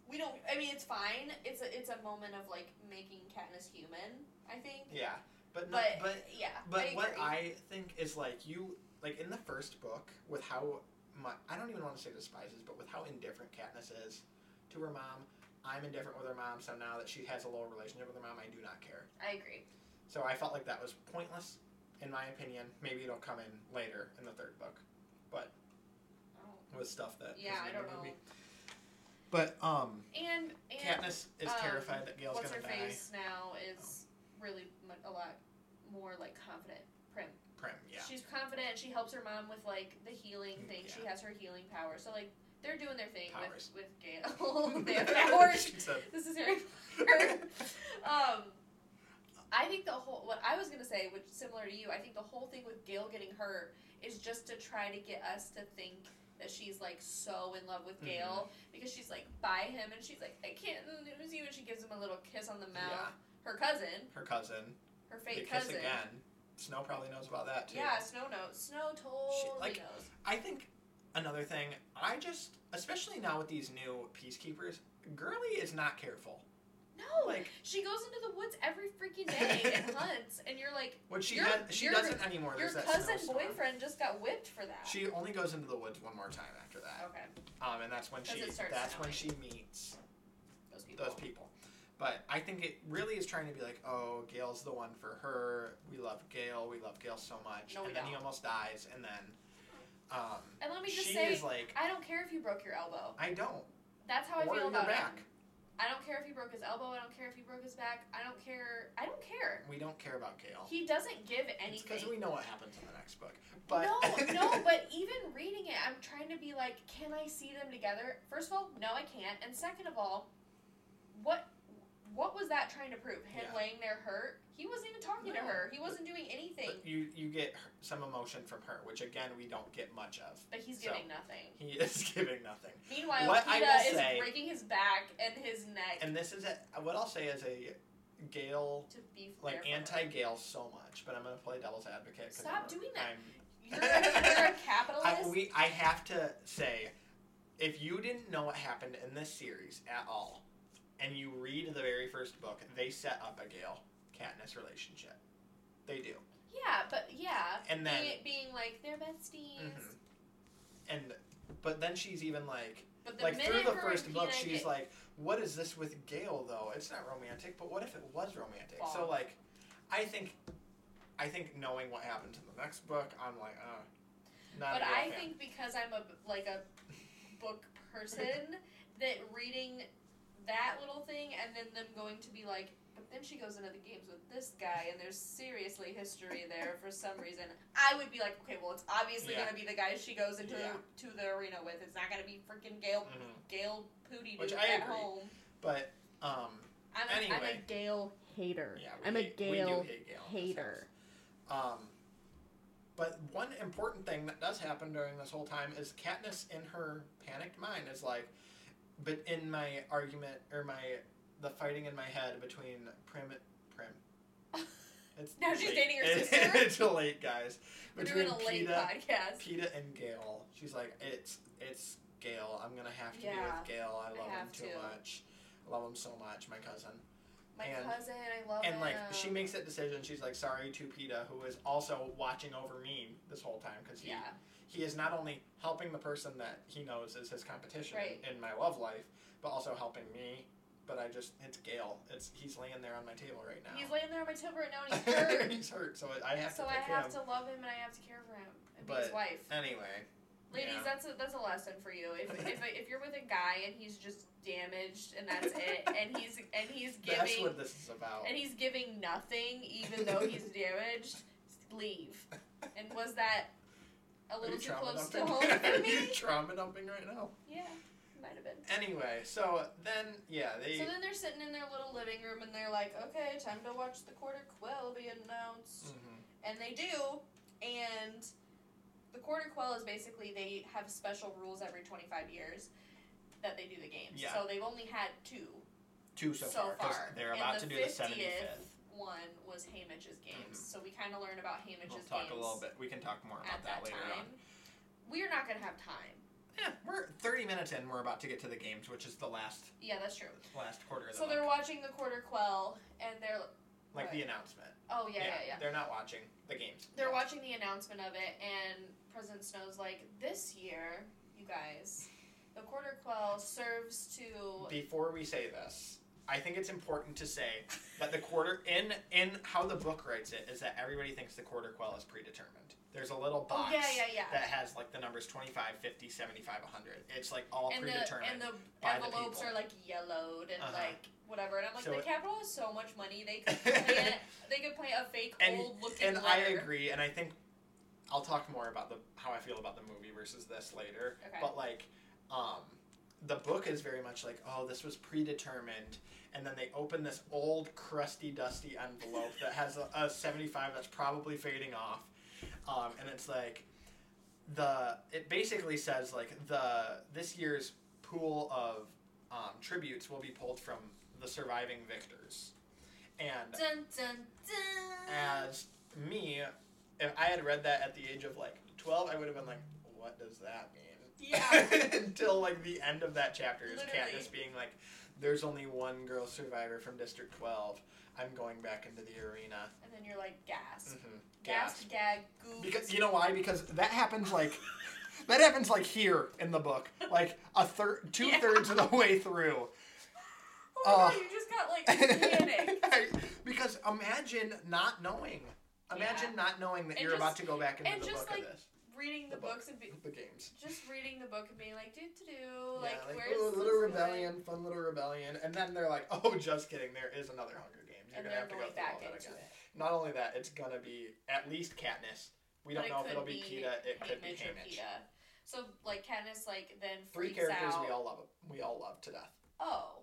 Speaker 2: We don't. I mean, it's fine. It's a it's a moment of like making Katniss human. I think.
Speaker 1: yeah, but no,
Speaker 2: But,
Speaker 1: but
Speaker 2: yeah.
Speaker 1: But
Speaker 2: I
Speaker 1: what
Speaker 2: agree.
Speaker 1: I think is like you like in the first book with how much I don't even want to say despises, but with how indifferent Katniss is to her mom. I'm indifferent with her mom, so now that she has a little relationship with her mom, I do not care.
Speaker 2: I agree.
Speaker 1: So I felt like that was pointless, in my opinion. Maybe it'll come in later in the third book
Speaker 2: Oh,
Speaker 1: with stuff that
Speaker 2: yeah,
Speaker 1: isn't
Speaker 2: I
Speaker 1: in
Speaker 2: don't
Speaker 1: the
Speaker 2: know.
Speaker 1: movie. But um,
Speaker 2: And and
Speaker 1: Katniss is
Speaker 2: um,
Speaker 1: terrified that Gail's
Speaker 2: what's
Speaker 1: gonna
Speaker 2: her
Speaker 1: die.
Speaker 2: face now is really mu- a lot more like confident. Prim.
Speaker 1: Prim, yeah,
Speaker 2: She's confident. and She helps her mom with like the healing thing. She has her healing power. So like they're doing their thing
Speaker 1: Powers.
Speaker 2: with with Gail. they have powers.
Speaker 1: She said-
Speaker 2: this is Harry Potter. um, I think the whole what I was gonna say, which similar to you, I think the whole thing with Gail getting hurt is just to try to get us to think that she's like so in love with
Speaker 1: Mm-hmm.
Speaker 2: Gail because she's like by him and she's like I can't mm, lose you and she gives him a little kiss on the mouth.
Speaker 1: Yeah.
Speaker 2: Her cousin,
Speaker 1: her cousin.
Speaker 2: her
Speaker 1: they
Speaker 2: fake
Speaker 1: kiss
Speaker 2: cousin.
Speaker 1: again. Snow probably knows about that too.
Speaker 2: Yeah, Snow knows. Snow totally
Speaker 1: like-
Speaker 2: knows.
Speaker 1: I think another thing, I just, especially now with these new peacekeepers, Gurley is not careful.
Speaker 2: No,
Speaker 1: Like
Speaker 2: she goes into the woods every freaking day and hunts, and you're like,
Speaker 1: what she
Speaker 2: Your-
Speaker 1: does, she
Speaker 2: your-
Speaker 1: doesn't anymore.
Speaker 2: your
Speaker 1: There's that
Speaker 2: cousin
Speaker 1: snowstorm.
Speaker 2: boyfriend just got whipped for that.
Speaker 1: She only goes into the woods one more time after that,
Speaker 2: okay,
Speaker 1: um, and that's when
Speaker 2: 'Cause
Speaker 1: she
Speaker 2: it starts
Speaker 1: that's when she meets
Speaker 2: those people.
Speaker 1: those people. But I think it really is trying to be like, oh, Gail's the one for her. We love Gail. We love Gail so much.
Speaker 2: No, we
Speaker 1: and then he
Speaker 2: don't.
Speaker 1: almost dies, and then um,
Speaker 2: And let me just
Speaker 1: she
Speaker 2: say,
Speaker 1: is like,
Speaker 2: I don't care if you broke your elbow.
Speaker 1: I don't.
Speaker 2: That's how I
Speaker 1: or you're
Speaker 2: feel about
Speaker 1: back.
Speaker 2: him. I don't care if he broke his elbow. I don't care if he broke his back. I don't care. I don't care.
Speaker 1: We don't care about Gale.
Speaker 2: He doesn't give
Speaker 1: It's because
Speaker 2: anything.
Speaker 1: we know what happens in the next book. But
Speaker 2: No, no, but even reading it, I'm trying to be like, can I see them together? First of all, no, I can't. And second of all, what what was that trying to prove? Him
Speaker 1: Yeah.
Speaker 2: laying there hurt? He wasn't even talking to
Speaker 1: No.
Speaker 2: her. He wasn't doing anything.
Speaker 1: But you you get her- some emotion from her, which again we don't get much of.
Speaker 2: But he's
Speaker 1: So-
Speaker 2: giving nothing.
Speaker 1: He is giving nothing.
Speaker 2: Meanwhile,
Speaker 1: What I will
Speaker 2: Peta is
Speaker 1: say-
Speaker 2: breaking his back and his neck
Speaker 1: And this is a, what I'll say is a Gale
Speaker 2: to be there
Speaker 1: like
Speaker 2: for her.
Speaker 1: anti Gale so much, but I'm gonna play devil's advocate. 'cause
Speaker 2: Stop
Speaker 1: I'm-
Speaker 2: doing that.
Speaker 1: I'm-
Speaker 2: You're, you're a
Speaker 1: I,
Speaker 2: capitalist.
Speaker 1: we, I have to say, if you didn't know what happened in this series at all, and you read the very first book, they set up a Gale Katniss relationship. They do,
Speaker 2: yeah, but yeah.
Speaker 1: and then
Speaker 2: being, being like they're besties.
Speaker 1: Mhm. and but then she's even like
Speaker 2: But the
Speaker 1: like
Speaker 2: minute
Speaker 1: through the
Speaker 2: her
Speaker 1: first
Speaker 2: and
Speaker 1: book,
Speaker 2: Peeta
Speaker 1: she's
Speaker 2: get-
Speaker 1: like, "What is this with Gale though? It's not romantic, but what if it was romantic?" So
Speaker 2: Fuck.
Speaker 1: like, I think, I think knowing what happens in the next book, I'm like, uh, not
Speaker 2: But
Speaker 1: a Gale
Speaker 2: I
Speaker 1: fan.
Speaker 2: think because I'm a like a book person, that reading that little thing and then them going to be like, but then she goes into the games with this guy and there's seriously history there for some reason. I would be like, okay, well it's obviously
Speaker 1: Yeah.
Speaker 2: gonna be the guy she goes into
Speaker 1: Yeah.
Speaker 2: to the arena with. It's not gonna be freaking Gail
Speaker 1: Mhm.
Speaker 2: Gail Pooty
Speaker 1: Which
Speaker 2: dude
Speaker 1: I
Speaker 2: at
Speaker 1: agree.
Speaker 2: home.
Speaker 1: But um,
Speaker 2: I'm a, I'm
Speaker 1: Anyway.
Speaker 2: a Gale hater.
Speaker 1: yeah, we
Speaker 2: I'm a
Speaker 1: hate- we do hate Gale
Speaker 2: Gale
Speaker 1: in this
Speaker 2: hater.
Speaker 1: house. Um, but one important thing that does happen during this whole time is Katniss, in her panicked mind, is like, but in my argument or my the fighting in my head between Prim, Prim. It's
Speaker 2: Now she's
Speaker 1: late.
Speaker 2: dating her
Speaker 1: It-
Speaker 2: sister?
Speaker 1: it's late, guys.
Speaker 2: We're doing
Speaker 1: Between
Speaker 2: a late
Speaker 1: Peta,
Speaker 2: podcast.
Speaker 1: Peta and Gail, she's like, it's it's Gail. I'm gonna have to
Speaker 2: Yeah,
Speaker 1: be with Gail. I love him
Speaker 2: have
Speaker 1: too
Speaker 2: to.
Speaker 1: much. I love him so much, my cousin.
Speaker 2: My
Speaker 1: and-
Speaker 2: cousin, I love
Speaker 1: And like
Speaker 2: him.
Speaker 1: she makes that decision, she's like, "Sorry to Peta, who is also watching over me this whole time because he
Speaker 2: Yeah.
Speaker 1: he is not only helping the person that he knows is his competition
Speaker 2: Right.
Speaker 1: in my love life, but also helping me. But I just it's Gail. It's he's laying there on my table right now.
Speaker 2: He's laying there on my table right now and he's hurt.
Speaker 1: He's hurt, so I have
Speaker 2: so
Speaker 1: to
Speaker 2: I
Speaker 1: pick
Speaker 2: have
Speaker 1: him.
Speaker 2: to love him and I have to care for him and be his
Speaker 1: But-
Speaker 2: wife.
Speaker 1: Anyway,
Speaker 2: Ladies,
Speaker 1: yeah.
Speaker 2: that's a that's a lesson for you. If, if if you're with a guy and he's just damaged and that's it, and he's and he's
Speaker 1: that's
Speaker 2: giving
Speaker 1: what this is about.
Speaker 2: and he's giving nothing, even though he's damaged, leave. And was that a
Speaker 1: Are
Speaker 2: little
Speaker 1: you
Speaker 2: too
Speaker 1: trauma
Speaker 2: close to
Speaker 1: dumping?
Speaker 2: home
Speaker 1: Are
Speaker 2: for
Speaker 1: you
Speaker 2: me?
Speaker 1: trauma dumping right now?
Speaker 2: Yeah, might have been.
Speaker 1: Anyway, so then yeah, they
Speaker 2: So then they're sitting in their little living room and they're like, okay, time to watch the quarter quill be announced.
Speaker 1: Mhm.
Speaker 2: And they do, and the Quarter Quell is basically they have special rules every 25 years that they do the games.
Speaker 1: Yeah.
Speaker 2: So they've only had two
Speaker 1: two
Speaker 2: so,
Speaker 1: so, far 'cause
Speaker 2: far.
Speaker 1: they're
Speaker 2: And
Speaker 1: about to do the
Speaker 2: 50th
Speaker 1: seventy fifth.
Speaker 2: one was Hamish's games.
Speaker 1: Mhm.
Speaker 2: So we kind of learn about Hamish's
Speaker 1: We'll talk
Speaker 2: games
Speaker 1: a little bit. We can talk more about
Speaker 2: at that,
Speaker 1: that, later
Speaker 2: time.
Speaker 1: on.
Speaker 2: We're not going to have time.
Speaker 1: Yeah, we're 30 minutes in. We're about to get to the games, which is the last
Speaker 2: Yeah, that's true.
Speaker 1: last quarter of the
Speaker 2: So they're
Speaker 1: book.
Speaker 2: watching the Quarter Quell, and they're
Speaker 1: like the
Speaker 2: right.
Speaker 1: announcement.
Speaker 2: oh yeah yeah yeah.
Speaker 1: They're not watching the games.
Speaker 2: They're watching the announcement of it, and President Snow's like, "This year, you guys, the Quarter Quell serves to."
Speaker 1: Before we say this, I think it's important to say that the quarter in in how the book writes it is that everybody thinks the quarter quell is predetermined. There's a little
Speaker 2: Oh
Speaker 1: box
Speaker 2: yeah, yeah, yeah.
Speaker 1: that has like the numbers 25, 50, 75, 100. It's like all
Speaker 2: and the
Speaker 1: predetermined.
Speaker 2: and the
Speaker 1: by the
Speaker 2: envelopes
Speaker 1: people.
Speaker 2: are like yellowed and
Speaker 1: Uh-huh.
Speaker 2: like whatever. And I'm like,
Speaker 1: So
Speaker 2: the
Speaker 1: it-
Speaker 2: Capitol has so much money. They could plant. they could plant a fake
Speaker 1: And-
Speaker 2: old looking.
Speaker 1: and I
Speaker 2: letter.
Speaker 1: agree, and I think I'll talk more about the how I feel about the movie versus this later.
Speaker 2: Okay.
Speaker 1: But like, um, the book is very much like, oh, this was predetermined, and then they open this old crusty, dusty envelope that has a, a seventy-five that's probably fading off, um, and it's like the it basically says like the this year's pool of um, tributes will be pulled from the surviving victors, and
Speaker 2: Dun dun dun.
Speaker 1: as me, if I had read that at the age of like 12, I would have been like, what does that mean?
Speaker 2: yeah.
Speaker 1: Until like the end of that chapter is
Speaker 2: Literally.
Speaker 1: Katniss being like, there's only one girl survivor from District 12. I'm going back into the arena.
Speaker 2: And then you're like gasp,
Speaker 1: Mhm. Gasp.
Speaker 2: gasp, gag, goop.
Speaker 1: Because you know why? Because that happens like that happens like here in the book, like a third, two
Speaker 2: Yeah.
Speaker 1: thirds of the way through.
Speaker 2: oh my
Speaker 1: uh,
Speaker 2: god, you just got like panic.
Speaker 1: because imagine not knowing. Imagine not knowing that
Speaker 2: And
Speaker 1: you're
Speaker 2: just-
Speaker 1: about to go back into
Speaker 2: and
Speaker 1: the
Speaker 2: just,
Speaker 1: book
Speaker 2: like,
Speaker 1: of this,
Speaker 2: Reading the,
Speaker 1: The book.
Speaker 2: books and be,
Speaker 1: the games.
Speaker 2: just reading the book and being like, do do do,
Speaker 1: yeah,
Speaker 2: Oh, like,
Speaker 1: like,
Speaker 2: where's
Speaker 1: "Ooh,
Speaker 2: this
Speaker 1: Little
Speaker 2: going?"
Speaker 1: Rebellion, fun Little Rebellion, and then they're like, oh, just kidding, there is another Hunger Games. You're
Speaker 2: And
Speaker 1: gonna
Speaker 2: they're
Speaker 1: have to go
Speaker 2: going
Speaker 1: through
Speaker 2: back
Speaker 1: all that
Speaker 2: into
Speaker 1: again.
Speaker 2: it.
Speaker 1: Not only that, it's gonna be at least Katniss. We don't
Speaker 2: But it
Speaker 1: know if
Speaker 2: could
Speaker 1: it'll be, Peeta. It could be
Speaker 2: Haymitch or
Speaker 1: Haymitch.
Speaker 2: Peeta. So like Katniss like then
Speaker 1: Three
Speaker 2: freaks
Speaker 1: characters
Speaker 2: out.
Speaker 1: we all love. We all love to death.
Speaker 2: Oh,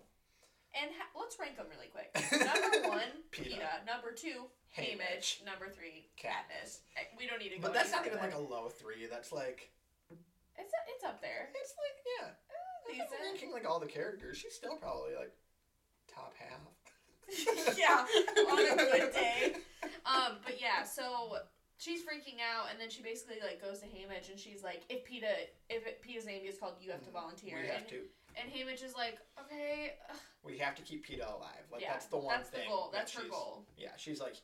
Speaker 2: and ha- let's rank them really quick. Number one,
Speaker 1: Peeta.
Speaker 2: Peeta. Number two, Haymitch. Number three,
Speaker 1: Katniss.
Speaker 2: Katniss. Eh, We don't need to go.
Speaker 1: But that's not
Speaker 2: any
Speaker 1: even
Speaker 2: further.
Speaker 1: like a low three. That's like
Speaker 2: It's a, it's up there.
Speaker 1: it's like yeah. If I'm
Speaker 2: Decent.
Speaker 1: ranking like all the characters, she's still probably like top half.
Speaker 2: yeah, on a good day. Um, but yeah, so she's freaking out, and then she basically like goes to Haymitch, and she's like, "If Peta, if it, Peta's name gets called, you have to
Speaker 1: Mm,
Speaker 2: volunteer."
Speaker 1: We
Speaker 2: and,
Speaker 1: have to.
Speaker 2: and Haymitch is like, "Okay, ugh,
Speaker 1: We have to keep Peeta alive. Like
Speaker 2: yeah,
Speaker 1: that's the one
Speaker 2: that's
Speaker 1: thing.
Speaker 2: the goal.
Speaker 1: that
Speaker 2: That's her
Speaker 1: she's-
Speaker 2: goal."
Speaker 1: Yeah, she's like,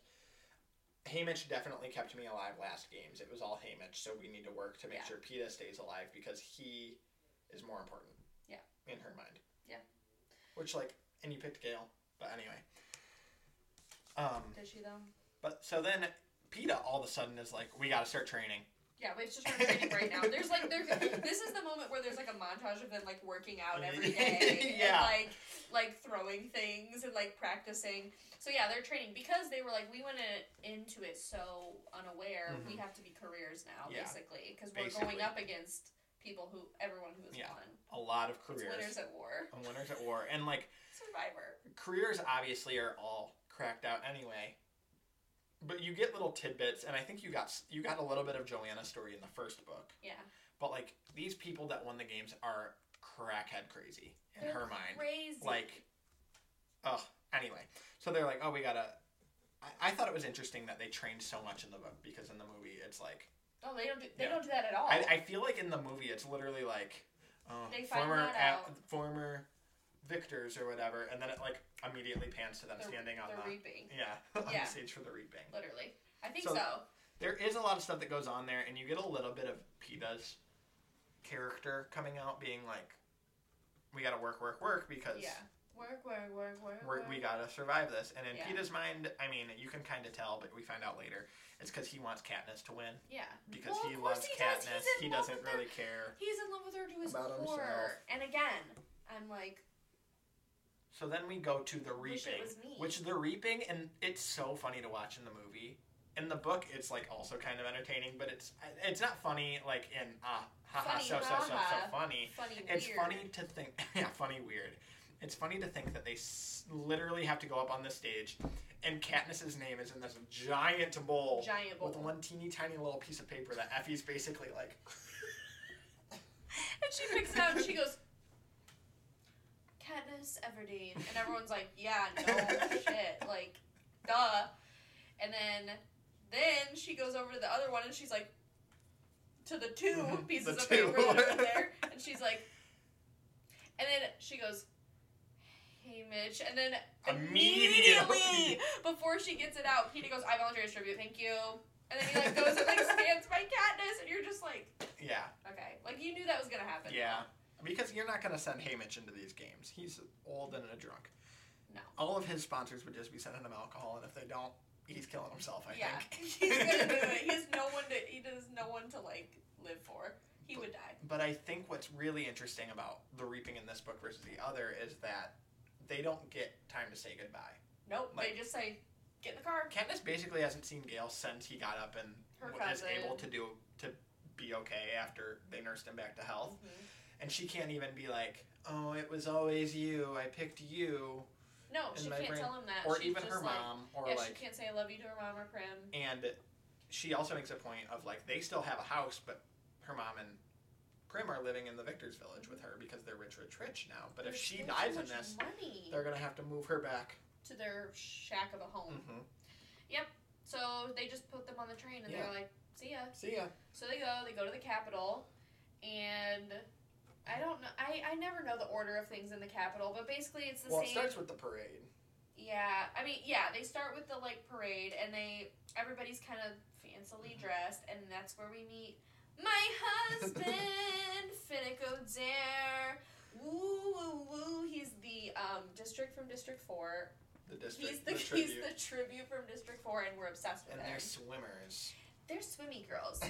Speaker 1: Haymitch definitely kept me alive last games. It was all Haymitch, so we need to work to make
Speaker 2: Yeah.
Speaker 1: sure Peeta stays alive because he is more important.
Speaker 2: Yeah.
Speaker 1: In her mind.
Speaker 2: Yeah.
Speaker 1: Which like, and you picked Gale, but anyway. Um,
Speaker 2: Did she though?
Speaker 1: but so then Peeta all of a sudden is like, we got to start training.
Speaker 2: Yeah, but it's just her training right now. There's like there's this is the moment where there's like a montage of them like working out every day
Speaker 1: Yeah.
Speaker 2: and like like throwing things and like practicing. So yeah, they're training because they were like we went in, into it so unaware. We have to be careers now
Speaker 1: Mm-hmm. Yeah.
Speaker 2: basically because we're
Speaker 1: Basically.
Speaker 2: going up against people who everyone who has
Speaker 1: Yeah.
Speaker 2: won.
Speaker 1: A lot of
Speaker 2: It's
Speaker 1: careers.
Speaker 2: winners at war,
Speaker 1: and winners at war, and like
Speaker 2: survivor.
Speaker 1: careers obviously are all cracked out anyway. But you get little tidbits, and I think you got you got a little bit of Joanna's story in the first book.
Speaker 2: Yeah,
Speaker 1: But like these people that won the games are crackhead crazy in
Speaker 2: They're
Speaker 1: her mind.
Speaker 2: crazy.
Speaker 1: Like, oh, anyway. So they're like, oh, we gotta. I, I thought it was interesting that they trained so much in the book because in the movie it's like
Speaker 2: oh they don't do, they
Speaker 1: yeah.
Speaker 2: don't do that at all.
Speaker 1: I, I feel like in the movie it's literally like um,
Speaker 2: They find
Speaker 1: former
Speaker 2: that out.
Speaker 1: a- former victors or whatever, and then it like immediately pans to them
Speaker 2: They're-
Speaker 1: standing on
Speaker 2: They're
Speaker 1: the
Speaker 2: reaping
Speaker 1: yeah on
Speaker 2: Yeah.
Speaker 1: the stage for the reaping.
Speaker 2: literally. I think
Speaker 1: So-
Speaker 2: so.
Speaker 1: There is a lot of stuff that goes on there, and you get a little bit of Peta's character coming out, being like, "We got to work, work, work because
Speaker 2: Yeah. Work, work, work, work.
Speaker 1: we're, we got to survive this." And in
Speaker 2: Yeah.
Speaker 1: Peta's mind, I mean, you can kind of tell, but we find out later, it's because he wants Katniss to win
Speaker 2: Yeah.
Speaker 1: because
Speaker 2: Well,
Speaker 1: he
Speaker 2: of course
Speaker 1: loves
Speaker 2: he does.
Speaker 1: Katniss.
Speaker 2: He's in
Speaker 1: He
Speaker 2: love
Speaker 1: doesn't
Speaker 2: with her.
Speaker 1: really care.
Speaker 2: He's in love with her to his
Speaker 1: About
Speaker 2: core.
Speaker 1: himself.
Speaker 2: And again, I'm like,
Speaker 1: So then we go to the
Speaker 2: Wish it
Speaker 1: reaping,
Speaker 2: was me.
Speaker 1: which the reaping, and it's so funny to watch in the movie. In the book, it's like also kind of entertaining, but it's it's not funny like in ah ha ha
Speaker 2: Funny,
Speaker 1: so so so so
Speaker 2: haha.
Speaker 1: funny.
Speaker 2: funny,
Speaker 1: It's
Speaker 2: weird.
Speaker 1: funny to think, yeah, funny weird. It's funny to think that they s- literally have to go up on this stage, and Katniss's name is in this giant bowl
Speaker 2: Giant bowl.
Speaker 1: with one teeny tiny little piece of paper that Effie's basically like.
Speaker 2: And she picks it up and she goes, Katniss Everdeen. And everyone's like, yeah, no shit. Like, duh. And then, then she goes over to the other one and she's like, to the two
Speaker 1: Mhm,
Speaker 2: pieces
Speaker 1: the
Speaker 2: of
Speaker 1: two.
Speaker 2: paper that are there. And she's like, and then she goes, hey, Mitch. And then
Speaker 1: Immediately.
Speaker 2: immediately before she gets it out, Peter goes, I volunteer as tribute, thank you. And then he like goes and like stands by Katniss and you're just like,
Speaker 1: yeah,
Speaker 2: okay. Like you knew that was gonna happen.
Speaker 1: yeah, because you're not gonna send Haymitch into these games. He's old and a drunk.
Speaker 2: No.
Speaker 1: all of his sponsors would just be sending him alcohol, and if they don't, he's killing himself. I
Speaker 2: yeah.
Speaker 1: think.
Speaker 2: He's gonna do it. He has no one to he does no one to like live for. He would die.
Speaker 1: But I think what's really interesting about the reaping in this book versus the other is that they don't get time to say goodbye.
Speaker 2: Nope.
Speaker 1: Like-
Speaker 2: they just say, Get in the car.
Speaker 1: Katniss basically hasn't seen Gale since he got up and
Speaker 2: Her
Speaker 1: was
Speaker 2: cousin.
Speaker 1: able to do to be okay after they nursed him back to health,
Speaker 2: Mhm.
Speaker 1: and she can't even be like, "Oh, it was always you. I picked you,"
Speaker 2: No,
Speaker 1: In
Speaker 2: she
Speaker 1: my
Speaker 2: can't
Speaker 1: brain.
Speaker 2: tell him that.
Speaker 1: or
Speaker 2: She's
Speaker 1: even
Speaker 2: just
Speaker 1: her
Speaker 2: like,
Speaker 1: mom, or
Speaker 2: yeah,
Speaker 1: like
Speaker 2: she can't say I love you to her mom or Prim.
Speaker 1: and she also makes a point of like they still have a house, but her mom and Prim are living in the Victor's Village with her because they're rich, rich, rich now. But if
Speaker 2: There's
Speaker 1: she
Speaker 2: so
Speaker 1: dies in
Speaker 2: much
Speaker 1: this,
Speaker 2: money Oh.
Speaker 1: they're gonna have to move her back.
Speaker 2: to their shack of a home.
Speaker 1: Mm-hmm.
Speaker 2: So they just put them on the train and
Speaker 1: Yeah.
Speaker 2: they're like, See ya.
Speaker 1: See ya.
Speaker 2: So they go, they go to the Capitol, and I don't know, I, I never know the order of things in the Capitol, but basically it's the
Speaker 1: Well, it
Speaker 2: same.
Speaker 1: starts with the parade.
Speaker 2: yeah, I mean, yeah, they start with the like parade, and they everybody's kind of fancily
Speaker 1: Mm-hmm.
Speaker 2: dressed, and that's where we meet my husband, Finnick O'Dare. Woo woo woo! He's the um, district from District Four.
Speaker 1: The district.
Speaker 2: he's the,
Speaker 1: the
Speaker 2: he's
Speaker 1: tribute.
Speaker 2: the tribute from District Four, and we're obsessed with
Speaker 1: and
Speaker 2: him.
Speaker 1: they're swimmers.
Speaker 2: they're swimmy girls.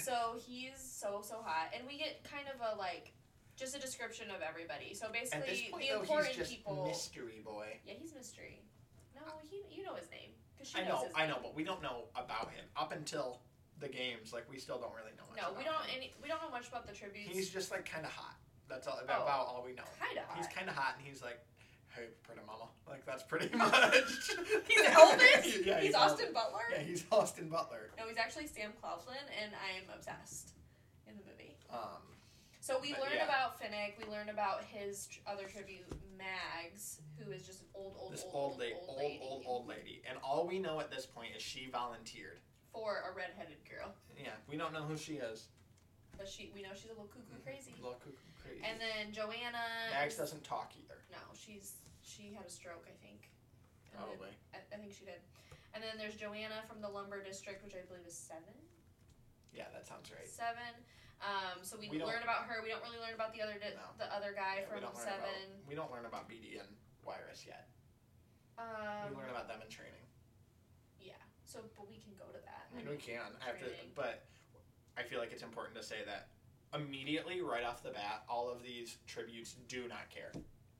Speaker 2: so he's so so hot, and we get kind of a like, just a description of everybody. So
Speaker 1: At this
Speaker 2: basically,
Speaker 1: point,
Speaker 2: the
Speaker 1: though, he's
Speaker 2: important
Speaker 1: just
Speaker 2: people.
Speaker 1: mystery boy.
Speaker 2: yeah, he's mystery. No, he you know his name because she
Speaker 1: I
Speaker 2: knows
Speaker 1: know,
Speaker 2: his
Speaker 1: I
Speaker 2: name.
Speaker 1: know, but we don't know about him up until the games. Like we still don't really know. Much
Speaker 2: No, we
Speaker 1: about
Speaker 2: don't.
Speaker 1: him.
Speaker 2: Any, we don't know much about the tributes.
Speaker 1: He's just like kind of hot. That's all
Speaker 2: Oh.
Speaker 1: about, about all we know.
Speaker 2: kind of hot.
Speaker 1: He's kind of hot, and he's like, "Hey, pretty mama." Like that's pretty much.
Speaker 2: He's Elvis.
Speaker 1: yeah,
Speaker 2: he's, Austin Butler.
Speaker 1: Yeah, he's Austin Butler.
Speaker 2: No, he's actually Sam Claflin, and I am obsessed in the movie.
Speaker 1: Um,
Speaker 2: So we
Speaker 1: But,
Speaker 2: learn
Speaker 1: yeah.
Speaker 2: about Finnick. We learn about his tr- other tribute, Mags, who is just an old, old,
Speaker 1: this
Speaker 2: old,
Speaker 1: old lady, old, old, old lady, and all we know at this point is she volunteered.
Speaker 2: for a redheaded girl.
Speaker 1: Yeah, we don't know who she is.
Speaker 2: But she, we know she's a little cuckoo
Speaker 1: Mm-hmm.
Speaker 2: crazy.
Speaker 1: Little cuckoo crazy.
Speaker 2: And then um, Joanna.
Speaker 1: Max
Speaker 2: is-
Speaker 1: doesn't talk either.
Speaker 2: No, she's she had a stroke, I think. And then-
Speaker 1: Probably.
Speaker 2: I, I think she did. And then there's Joanna from the lumber district, which I believe is seven.
Speaker 1: Yeah, that sounds right.
Speaker 2: Seven. Um, so we,
Speaker 1: We don't-
Speaker 2: learn about her. We don't really learn about the other di-
Speaker 1: No.
Speaker 2: the other guy
Speaker 1: Yeah, we
Speaker 2: from
Speaker 1: don't learn about-
Speaker 2: seven.
Speaker 1: we don't learn about BD and Wyrus yet.
Speaker 2: Um,
Speaker 1: we learn about them in training.
Speaker 2: yeah. So, but we can go to that.
Speaker 1: I mean, we can after,
Speaker 2: training.
Speaker 1: but I feel like it's important to say that immediately, right off the bat, all of these tributes do not care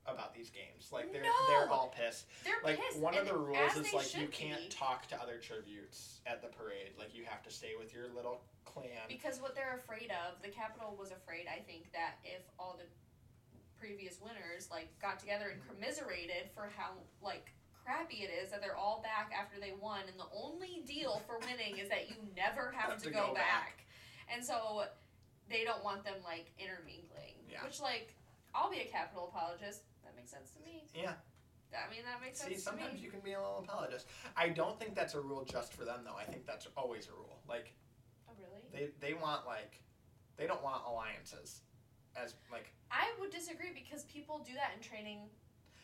Speaker 1: about these games. Like they're they're
Speaker 2: No!
Speaker 1: all pissed.
Speaker 2: They're
Speaker 1: Like
Speaker 2: pissed.
Speaker 1: one of
Speaker 2: and
Speaker 1: the rules
Speaker 2: as
Speaker 1: is
Speaker 2: they
Speaker 1: like you
Speaker 2: should
Speaker 1: can't
Speaker 2: be,
Speaker 1: talk to other tributes at the parade. Like you have to stay with your little clan.
Speaker 2: because what they're afraid of, the Capitol was afraid, I think, that if all the previous winners like got together and commiserated for how like crappy it is that they're all back after they won, and the only deal for winning is that you never have, to, go, back. and so they don't want them like intermingling.
Speaker 1: Yeah.
Speaker 2: Which like, I'll be a Capitol apologist. That makes sense to me.
Speaker 1: Yeah.
Speaker 2: I mean, that makes
Speaker 1: See,
Speaker 2: sense to me.
Speaker 1: sometimes you can be a little apologist. I don't think that's a rule just for them though. I think that's always a rule. Like
Speaker 2: oh really?
Speaker 1: They they want like they don't want alliances as like
Speaker 2: I would disagree because people do that in training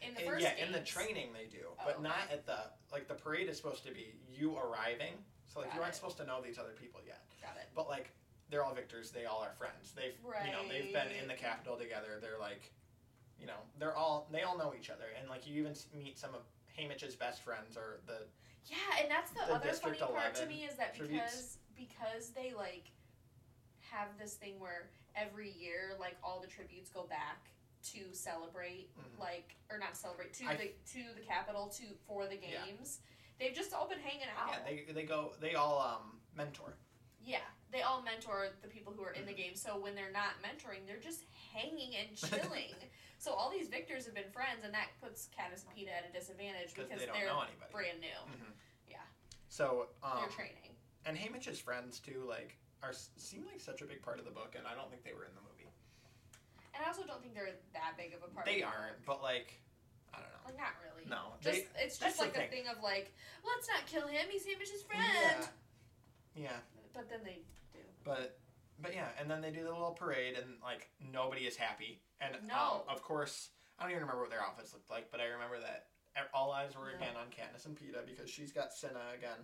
Speaker 2: in the
Speaker 1: in-
Speaker 2: first
Speaker 1: yeah in the
Speaker 2: games.
Speaker 1: training they do,
Speaker 2: Oh,
Speaker 1: but
Speaker 2: okay.
Speaker 1: not at the like the parade is supposed to be you arriving. So like
Speaker 2: Got
Speaker 1: you aren't
Speaker 2: it.
Speaker 1: supposed to know these other people yet.
Speaker 2: Got it.
Speaker 1: But like they're all victors. They all are friends. They've you know they've been in the
Speaker 2: Right.
Speaker 1: capital together. They're like you know they're all they all know each other and like you even s- meet some of Hamish's best friends or the
Speaker 2: Yeah, and that's the,
Speaker 1: The
Speaker 2: other funny
Speaker 1: District
Speaker 2: part to
Speaker 1: 11
Speaker 2: me is that because
Speaker 1: tributes.
Speaker 2: because they like have this thing where every year like all the tributes go back to celebrate
Speaker 1: Mhm.
Speaker 2: like or not celebrate to
Speaker 1: I-
Speaker 2: the to the capital to for the
Speaker 1: Yeah.
Speaker 2: games. They've just all been hanging out.
Speaker 1: yeah they they go they all um mentor.
Speaker 2: Yeah, they all mentor the people who are in the
Speaker 1: Mm-hmm.
Speaker 2: game. So when they're not mentoring, they're just hanging and chilling. so all these victors have been friends, and that puts Cadmus and Peta at a disadvantage
Speaker 1: Because
Speaker 2: because,
Speaker 1: they don't
Speaker 2: are
Speaker 1: know anybody.
Speaker 2: brand new.
Speaker 1: Mhm.
Speaker 2: Yeah.
Speaker 1: So um,
Speaker 2: they're training.
Speaker 1: and Hamish's friends too, like are seem like such a big part of the book, and I don't think they were in the movie.
Speaker 2: And I also don't think they're that big of a part.
Speaker 1: They
Speaker 2: of the
Speaker 1: aren't, but like, I don't know.
Speaker 2: Like not really.
Speaker 1: No,
Speaker 2: Just
Speaker 1: they,
Speaker 2: it's
Speaker 1: that's
Speaker 2: just
Speaker 1: the
Speaker 2: like a
Speaker 1: thing.
Speaker 2: thing of like, let's not kill him. He's Hamish's friend.
Speaker 1: yeah, yeah,
Speaker 2: But then they do.
Speaker 1: but but yeah, and then they do the little parade, and like nobody is happy, and
Speaker 2: No.
Speaker 1: um, of course, I don't even remember what their outfits looked like, but I remember that e, all eyes were
Speaker 2: No.
Speaker 1: again on Katniss and Peeta because she's got Cinna again.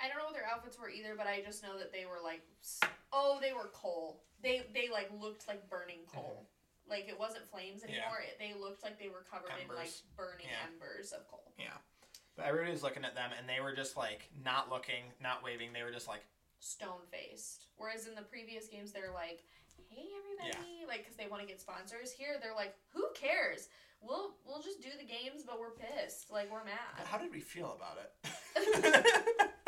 Speaker 2: I don't know what their outfits were either, but I just know that they were like, s- oh, they were coal. They they like looked like burning coal. Like it wasn't flames
Speaker 1: Yeah.
Speaker 2: anymore. It, they looked like they were covered in like
Speaker 1: Embers.
Speaker 2: burning
Speaker 1: Yeah.
Speaker 2: embers of coal.
Speaker 1: But everybody was looking at them, and they were just like not looking, not waving. They were just like,
Speaker 2: Stone faced. Whereas in the previous games, they're like, hey everybody, like 'cause like because they want to get sponsors. Here they're like, who cares? We'll we'll just do the games, but we're pissed. Like we're mad.
Speaker 1: "How did we feel about it?"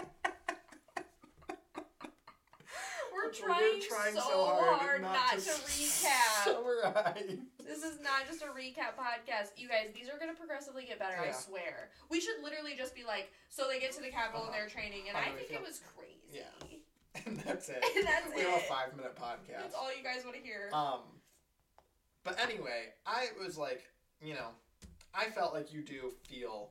Speaker 2: We're
Speaker 1: We're
Speaker 2: trying, so, hard, not, to, recap.
Speaker 1: Summarize.
Speaker 2: This is not just a recap podcast. You guys, these are going to progressively get better, I
Speaker 1: Yeah.
Speaker 2: swear. We should literally just be like, so they get to the Capitol and
Speaker 1: Uh-huh.
Speaker 2: they're training, and
Speaker 1: How
Speaker 2: I
Speaker 1: do we
Speaker 2: think
Speaker 1: feel?
Speaker 2: it was crazy.
Speaker 1: Yeah. And that's it.
Speaker 2: And that's
Speaker 1: we have a
Speaker 2: it.
Speaker 1: five minute
Speaker 2: That's
Speaker 1: podcast.
Speaker 2: all you guys want to hear.
Speaker 1: Um, but anyway, I was like, you know, I felt like you do feel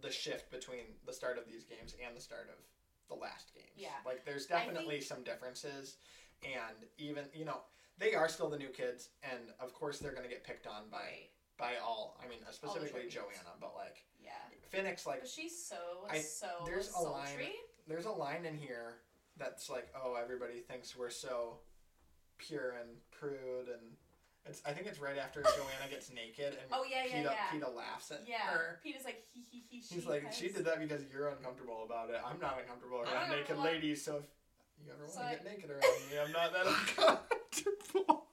Speaker 1: the shift between the start of these games and the start of the last games.
Speaker 2: Yeah.
Speaker 1: Like, there's
Speaker 2: I
Speaker 1: definitely some differences, and even you know, they are still the new kids, and of course they're gonna get picked on by
Speaker 2: Right.
Speaker 1: by all. I mean, uh, specifically
Speaker 2: tributes.
Speaker 1: Joanna, but like
Speaker 2: Yeah.
Speaker 1: Phoenix, like
Speaker 2: But she's so,
Speaker 1: I-
Speaker 2: so
Speaker 1: there's a line-
Speaker 2: sultry.
Speaker 1: there's a line in here that's like, oh, everybody thinks we're so pure and prude, and it's. I think it's right after Joanna gets naked and
Speaker 2: Oh, yeah, yeah,
Speaker 1: Peta,
Speaker 2: yeah.
Speaker 1: Peta laughs at
Speaker 2: yeah.
Speaker 1: her.
Speaker 2: Pete is like, he, he, he, she.
Speaker 1: He's like, she
Speaker 2: has-
Speaker 1: did that because you're uncomfortable about it. I'm not uncomfortable
Speaker 2: I'm
Speaker 1: around
Speaker 2: not
Speaker 1: naked
Speaker 2: gonna lie."
Speaker 1: ladies, so if you ever want
Speaker 2: So
Speaker 1: to
Speaker 2: I-
Speaker 1: get naked around me, I'm not that uncomfortable.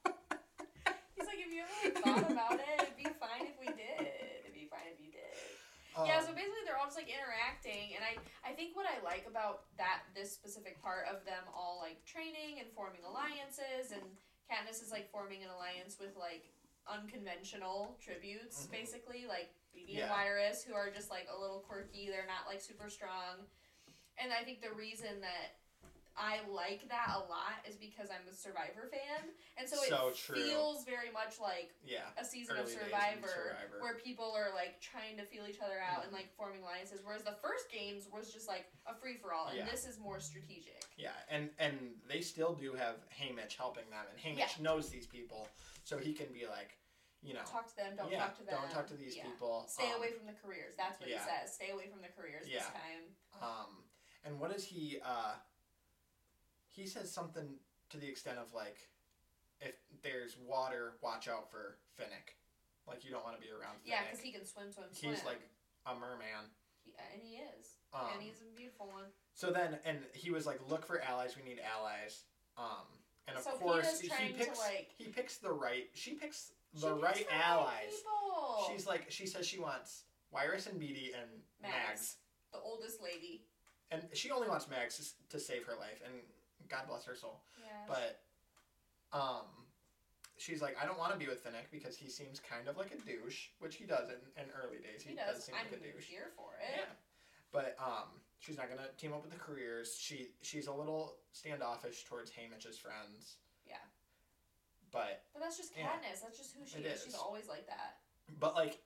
Speaker 2: He's like, if you ever thought about it, it'd be fine if we did. It'd be fine if you did. yeah, so
Speaker 1: Um,
Speaker 2: basically they're all just like interacting, and I I think what I like about that this specific part of them all like training and forming alliances, and Katniss is like forming an alliance with like unconventional tributes,
Speaker 1: Mhm.
Speaker 2: basically like Beatty
Speaker 1: Yeah.
Speaker 2: and Wyrus, who are just like a little quirky. They're not like super strong, and I think the reason that I like that a lot is because I'm a Survivor fan, and so it
Speaker 1: So true.
Speaker 2: feels very much like
Speaker 1: yeah.
Speaker 2: a season of
Speaker 1: Early days in
Speaker 2: Survivor,
Speaker 1: Survivor.
Speaker 2: where people are like trying to feel each other out and like forming alliances, whereas the first games was just like a free for all, and
Speaker 1: Yeah.
Speaker 2: this is more strategic.
Speaker 1: Yeah, and and they still do have Haymitch helping them, and Haymitch
Speaker 2: Yeah.
Speaker 1: knows these people, so he can be like, you know,
Speaker 2: Talk to them, don't
Speaker 1: yeah,
Speaker 2: talk to them.
Speaker 1: don't talk to these
Speaker 2: Yeah.
Speaker 1: people.
Speaker 2: Stay
Speaker 1: um,
Speaker 2: away from the careers. That's what
Speaker 1: yeah.
Speaker 2: he says. Stay away from the careers this
Speaker 1: Yeah.
Speaker 2: time.
Speaker 1: Um, and what is he? Uh, he says something to the extent of like, if there's water, watch out for Finnick. Like you don't want to be around Finnick.
Speaker 2: Yeah, because he can swim, swim, swim.
Speaker 1: he's like a merman.
Speaker 2: He- uh, and he is,
Speaker 1: Um,
Speaker 2: and he's a beautiful one.
Speaker 1: so then, and he was like, look for allies. We need allies. Um, and of
Speaker 2: So
Speaker 1: course,
Speaker 2: Peeta's
Speaker 1: he
Speaker 2: trying to,
Speaker 1: picks.
Speaker 2: like-
Speaker 1: he picks the right. She picks the
Speaker 2: She picks
Speaker 1: right allies.
Speaker 2: people.
Speaker 1: She's like, she says she wants Wyrus and Beatty and Mags.
Speaker 2: Mags, the oldest lady.
Speaker 1: and she only wants Mags s- to save her life, and God bless her soul.
Speaker 2: Yeah.
Speaker 1: But, um, she's like, I don't want to be with Finnick because he seems kind of like a douche, which he does in, in early days.
Speaker 2: he does.
Speaker 1: seem
Speaker 2: I'm
Speaker 1: like a douche.
Speaker 2: here for it.
Speaker 1: Yeah. But um, she's not gonna team up with the careers. She she's a little standoffish towards Haymitch's friends.
Speaker 2: Yeah.
Speaker 1: But
Speaker 2: But that's just
Speaker 1: Yeah.
Speaker 2: Katniss. That's just who she
Speaker 1: It
Speaker 2: is.
Speaker 1: is.
Speaker 2: She's always like that.
Speaker 1: but like,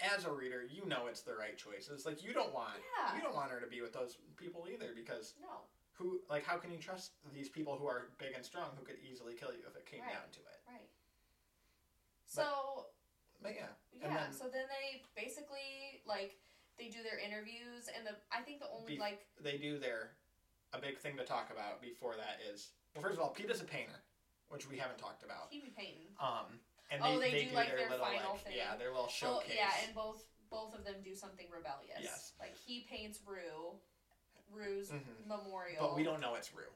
Speaker 1: as a reader, you know it's the right choice. It's like you don't want
Speaker 2: Yeah.
Speaker 1: you don't want her to be with those people either because
Speaker 2: No.
Speaker 1: who like how can you trust these people who are big and strong who could easily kill you if it came
Speaker 2: Right.
Speaker 1: down to it?
Speaker 2: Right. So
Speaker 1: But yeah, and
Speaker 2: yeah,
Speaker 1: then-
Speaker 2: so then they basically like they do their interviews and the I think the only
Speaker 1: Be-
Speaker 2: like
Speaker 1: they do their a big thing to talk about before that is well, first of all, Peter's a painter, which we haven't talked about.
Speaker 2: he be painting.
Speaker 1: Um, and
Speaker 2: Oh,
Speaker 1: they,
Speaker 2: they
Speaker 1: they,
Speaker 2: do,
Speaker 1: do,
Speaker 2: like,
Speaker 1: their,
Speaker 2: their
Speaker 1: little
Speaker 2: final
Speaker 1: like
Speaker 2: thing.
Speaker 1: yeah, their little
Speaker 2: Well,
Speaker 1: showcase.
Speaker 2: yeah, and both both of them do something rebellious.
Speaker 1: Yes.
Speaker 2: Like he paints Rue, Rue's
Speaker 1: Mhm.
Speaker 2: memorial.
Speaker 1: but we don't know it's Rue.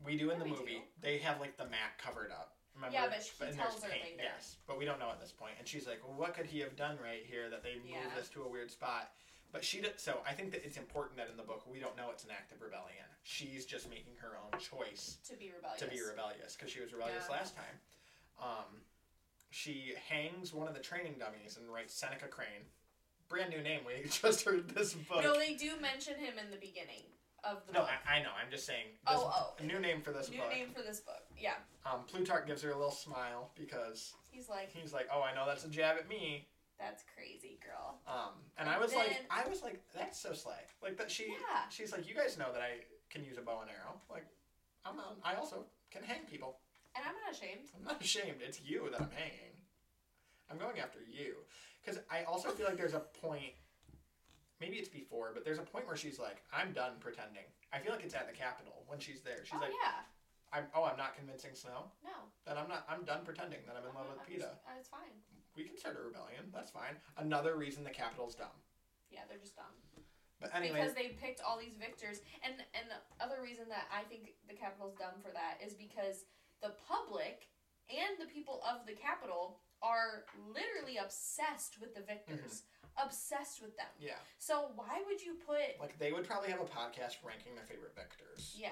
Speaker 1: We do in the
Speaker 2: Yeah, we
Speaker 1: movie.
Speaker 2: do.
Speaker 1: They have like the mat covered up. Remember?
Speaker 2: Yeah, but she
Speaker 1: and
Speaker 2: tells
Speaker 1: there's
Speaker 2: her
Speaker 1: paint,
Speaker 2: later.
Speaker 1: Yes, but we don't know at this point. And she's like, well, "What could he have done right here that they moved
Speaker 2: Yeah.
Speaker 1: this to a weird spot?" But she did, so I think that it's important that in the book we don't know it's an act of rebellion. She's just making her own choice
Speaker 2: to be rebellious.
Speaker 1: to be rebellious because she was rebellious
Speaker 2: Yeah.
Speaker 1: last time. Um, she hangs one of the training dummies and writes Seneca Crane, brand new name. We just heard this book.
Speaker 2: No, they do mention him in the beginning of the
Speaker 1: No,
Speaker 2: book.
Speaker 1: I, I know. I'm just saying. This,
Speaker 2: Oh,
Speaker 1: a new name for this
Speaker 2: New
Speaker 1: book.
Speaker 2: name for this book. Yeah.
Speaker 1: Um, Plutarch gives her a little smile because
Speaker 2: He's like,
Speaker 1: he's like, "Oh, I know that's a jab at me."
Speaker 2: That's crazy, girl.
Speaker 1: Um, and
Speaker 2: And
Speaker 1: I was like,
Speaker 2: then-
Speaker 1: I was like, "That's so slay!" Like that she,
Speaker 2: Yeah.
Speaker 1: she's like, "You guys know that I can use a bow and arrow. Like, I'm, um, I also can hang people.
Speaker 2: And I'm not ashamed.
Speaker 1: I'm not ashamed. It's you that I'm hanging. I'm going after you." Because I also feel like there's a point. Maybe it's before, but there's a point where she's like, "I'm done pretending." I feel like it's at the Capitol when she's there. She's
Speaker 2: oh
Speaker 1: like,
Speaker 2: yeah.
Speaker 1: "I'm oh, I'm not convincing Snow."
Speaker 2: No.
Speaker 1: Then I'm not. I'm done pretending that I'm in
Speaker 2: I'm
Speaker 1: love with
Speaker 2: not- I'm just-
Speaker 1: PETA.
Speaker 2: uh, It's fine.
Speaker 1: We can start a rebellion. That's fine. Another reason the Capitol's dumb.
Speaker 2: Yeah, they're just dumb.
Speaker 1: But anyway,
Speaker 2: because they picked all these victors and and the other reason that i think the capitol's dumb for that is because the public and the people of the capital are literally obsessed with the victors obsessed with them
Speaker 1: yeah,
Speaker 2: so why would you put
Speaker 1: like they would probably have a podcast ranking their favorite victors.
Speaker 2: yeah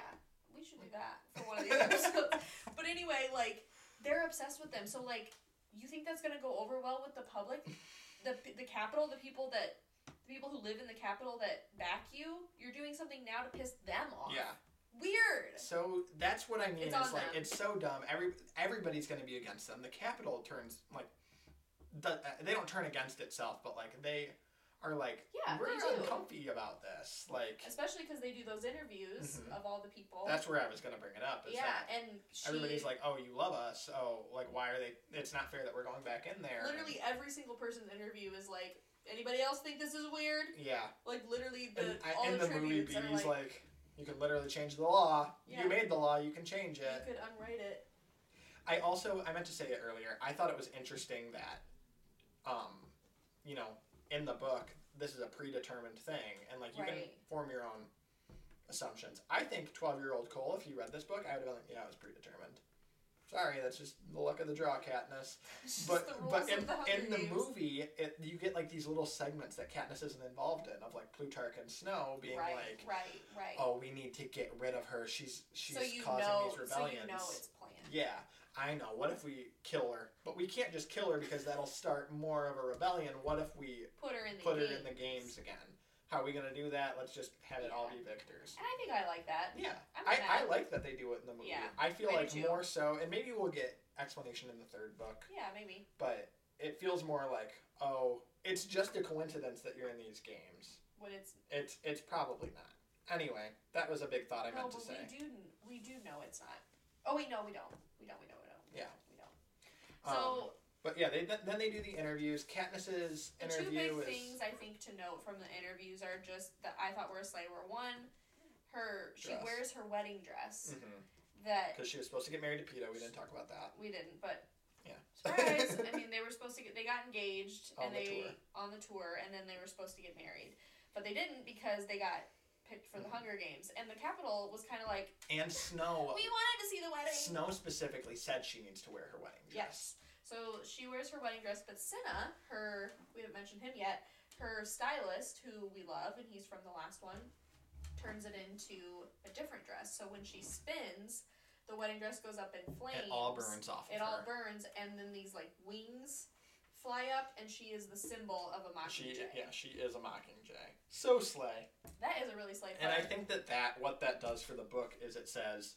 Speaker 2: we should do that for one of these episodes but anyway like they're obsessed with them so like you think that's gonna go over well with the public the the capital the people that the people who live in the capital that back you you're doing something now to piss them off
Speaker 1: Yeah.
Speaker 2: Weird.
Speaker 1: So that's what I mean.
Speaker 2: It's
Speaker 1: It's,
Speaker 2: on
Speaker 1: like
Speaker 2: them.
Speaker 1: it's so dumb. Every everybody's going to be against them. The Capitol turns like the, uh, they don't turn against itself, but like they are like
Speaker 2: Yeah,
Speaker 1: we're
Speaker 2: they do.
Speaker 1: uncomfy about this. Like
Speaker 2: Especially because they do those interviews
Speaker 1: Mhm.
Speaker 2: of all the people.
Speaker 1: that's where I was going to bring it up. Is
Speaker 2: yeah,
Speaker 1: that
Speaker 2: and she,
Speaker 1: everybody's like, oh, you love us. Oh, like why are they? It's not fair that we're going back in there.
Speaker 2: literally every single person's interview is like, anybody else think this is weird?
Speaker 1: Yeah.
Speaker 2: Like literally the
Speaker 1: And, I-
Speaker 2: all
Speaker 1: and
Speaker 2: the,
Speaker 1: the, movie
Speaker 2: tributes are
Speaker 1: Beatty's
Speaker 2: like,
Speaker 1: like, you can literally change the law.
Speaker 2: Yeah.
Speaker 1: You made the law, you can change
Speaker 2: you
Speaker 1: it.
Speaker 2: could unwrite it.
Speaker 1: I also I meant to say it earlier. I thought it was interesting that um you know, in the book, this is a predetermined thing and like you can
Speaker 2: Right.
Speaker 1: form your own assumptions. I think 12 year old Cole, if he read this book, I would have been like, yeah, I was predetermined. Sorry, that's just the luck of the draw, Katniss.
Speaker 2: It's just
Speaker 1: But
Speaker 2: the rules
Speaker 1: but
Speaker 2: of
Speaker 1: in
Speaker 2: the Hunger
Speaker 1: in the
Speaker 2: Games.
Speaker 1: movie, it, you get like these little segments that Katniss isn't involved in of like Plutarch and Snow being
Speaker 2: right,
Speaker 1: like,
Speaker 2: right, right.
Speaker 1: oh, we need to get rid of her. She's she's
Speaker 2: so you
Speaker 1: causing
Speaker 2: know,
Speaker 1: these rebellions.
Speaker 2: so you know it's planned.
Speaker 1: Yeah, I know. What if we kill her? But we can't just kill her because that'll start more of a rebellion. What if we
Speaker 2: Put her in the
Speaker 1: put
Speaker 2: games.
Speaker 1: her in the games again? How are we gonna do that? Let's just have it all be victors.
Speaker 2: and I think I like that.
Speaker 1: Yeah,
Speaker 2: I'm
Speaker 1: I,
Speaker 2: not
Speaker 1: I
Speaker 2: mad.
Speaker 1: like that they do it in the movie.
Speaker 2: Yeah,
Speaker 1: I feel
Speaker 2: I do
Speaker 1: like
Speaker 2: too.
Speaker 1: more so, and maybe we'll get explanation in the third book,
Speaker 2: yeah, maybe.
Speaker 1: but it feels more like oh, it's just a coincidence that you're in these games.
Speaker 2: When it's
Speaker 1: It's it's probably not. Anyway, that was a big thought I
Speaker 2: no,
Speaker 1: meant to
Speaker 2: but
Speaker 1: say.
Speaker 2: we do we do know it's not. Oh wait, no, we don't. We don't. We don't. We don't.
Speaker 1: Yeah.
Speaker 2: We
Speaker 1: Um,
Speaker 2: don't. So
Speaker 1: But yeah, they then they do the interviews. Katniss's
Speaker 2: the two big
Speaker 1: interview is
Speaker 2: things I think to note from the interviews are just that I thought were slight were one, her she
Speaker 1: Dress.
Speaker 2: wears her wedding dress
Speaker 1: Mhm.
Speaker 2: that
Speaker 1: Because she was supposed to get married to Pito. We didn't talk about that.
Speaker 2: we didn't, but
Speaker 1: Yeah.
Speaker 2: surprise. I mean, they were supposed to get they got engaged
Speaker 1: On
Speaker 2: and
Speaker 1: the
Speaker 2: they
Speaker 1: tour.
Speaker 2: on the tour, and then they were supposed to get married, but they didn't because they got picked for the
Speaker 1: Mhm.
Speaker 2: Hunger Games, and the Capitol was kind of like
Speaker 1: and Snow.
Speaker 2: we wanted to see the wedding.
Speaker 1: Snow specifically said she needs to wear her wedding dress.
Speaker 2: Yes. So she wears her wedding dress, but Cinna, her we haven't mentioned him yet, her stylist, who we love, and he's from the last one, turns it into a different dress. So when she spins, the wedding dress goes up in flames.
Speaker 1: It all burns off.
Speaker 2: It
Speaker 1: of
Speaker 2: all
Speaker 1: her.
Speaker 2: burns, and then these like wings fly up, and she is the symbol of a
Speaker 1: She
Speaker 2: mockingjay.
Speaker 1: yeah, she is a Mockingjay. So slay.
Speaker 2: That is a really slight
Speaker 1: And I
Speaker 2: part.
Speaker 1: think that that what that does for the book is it says,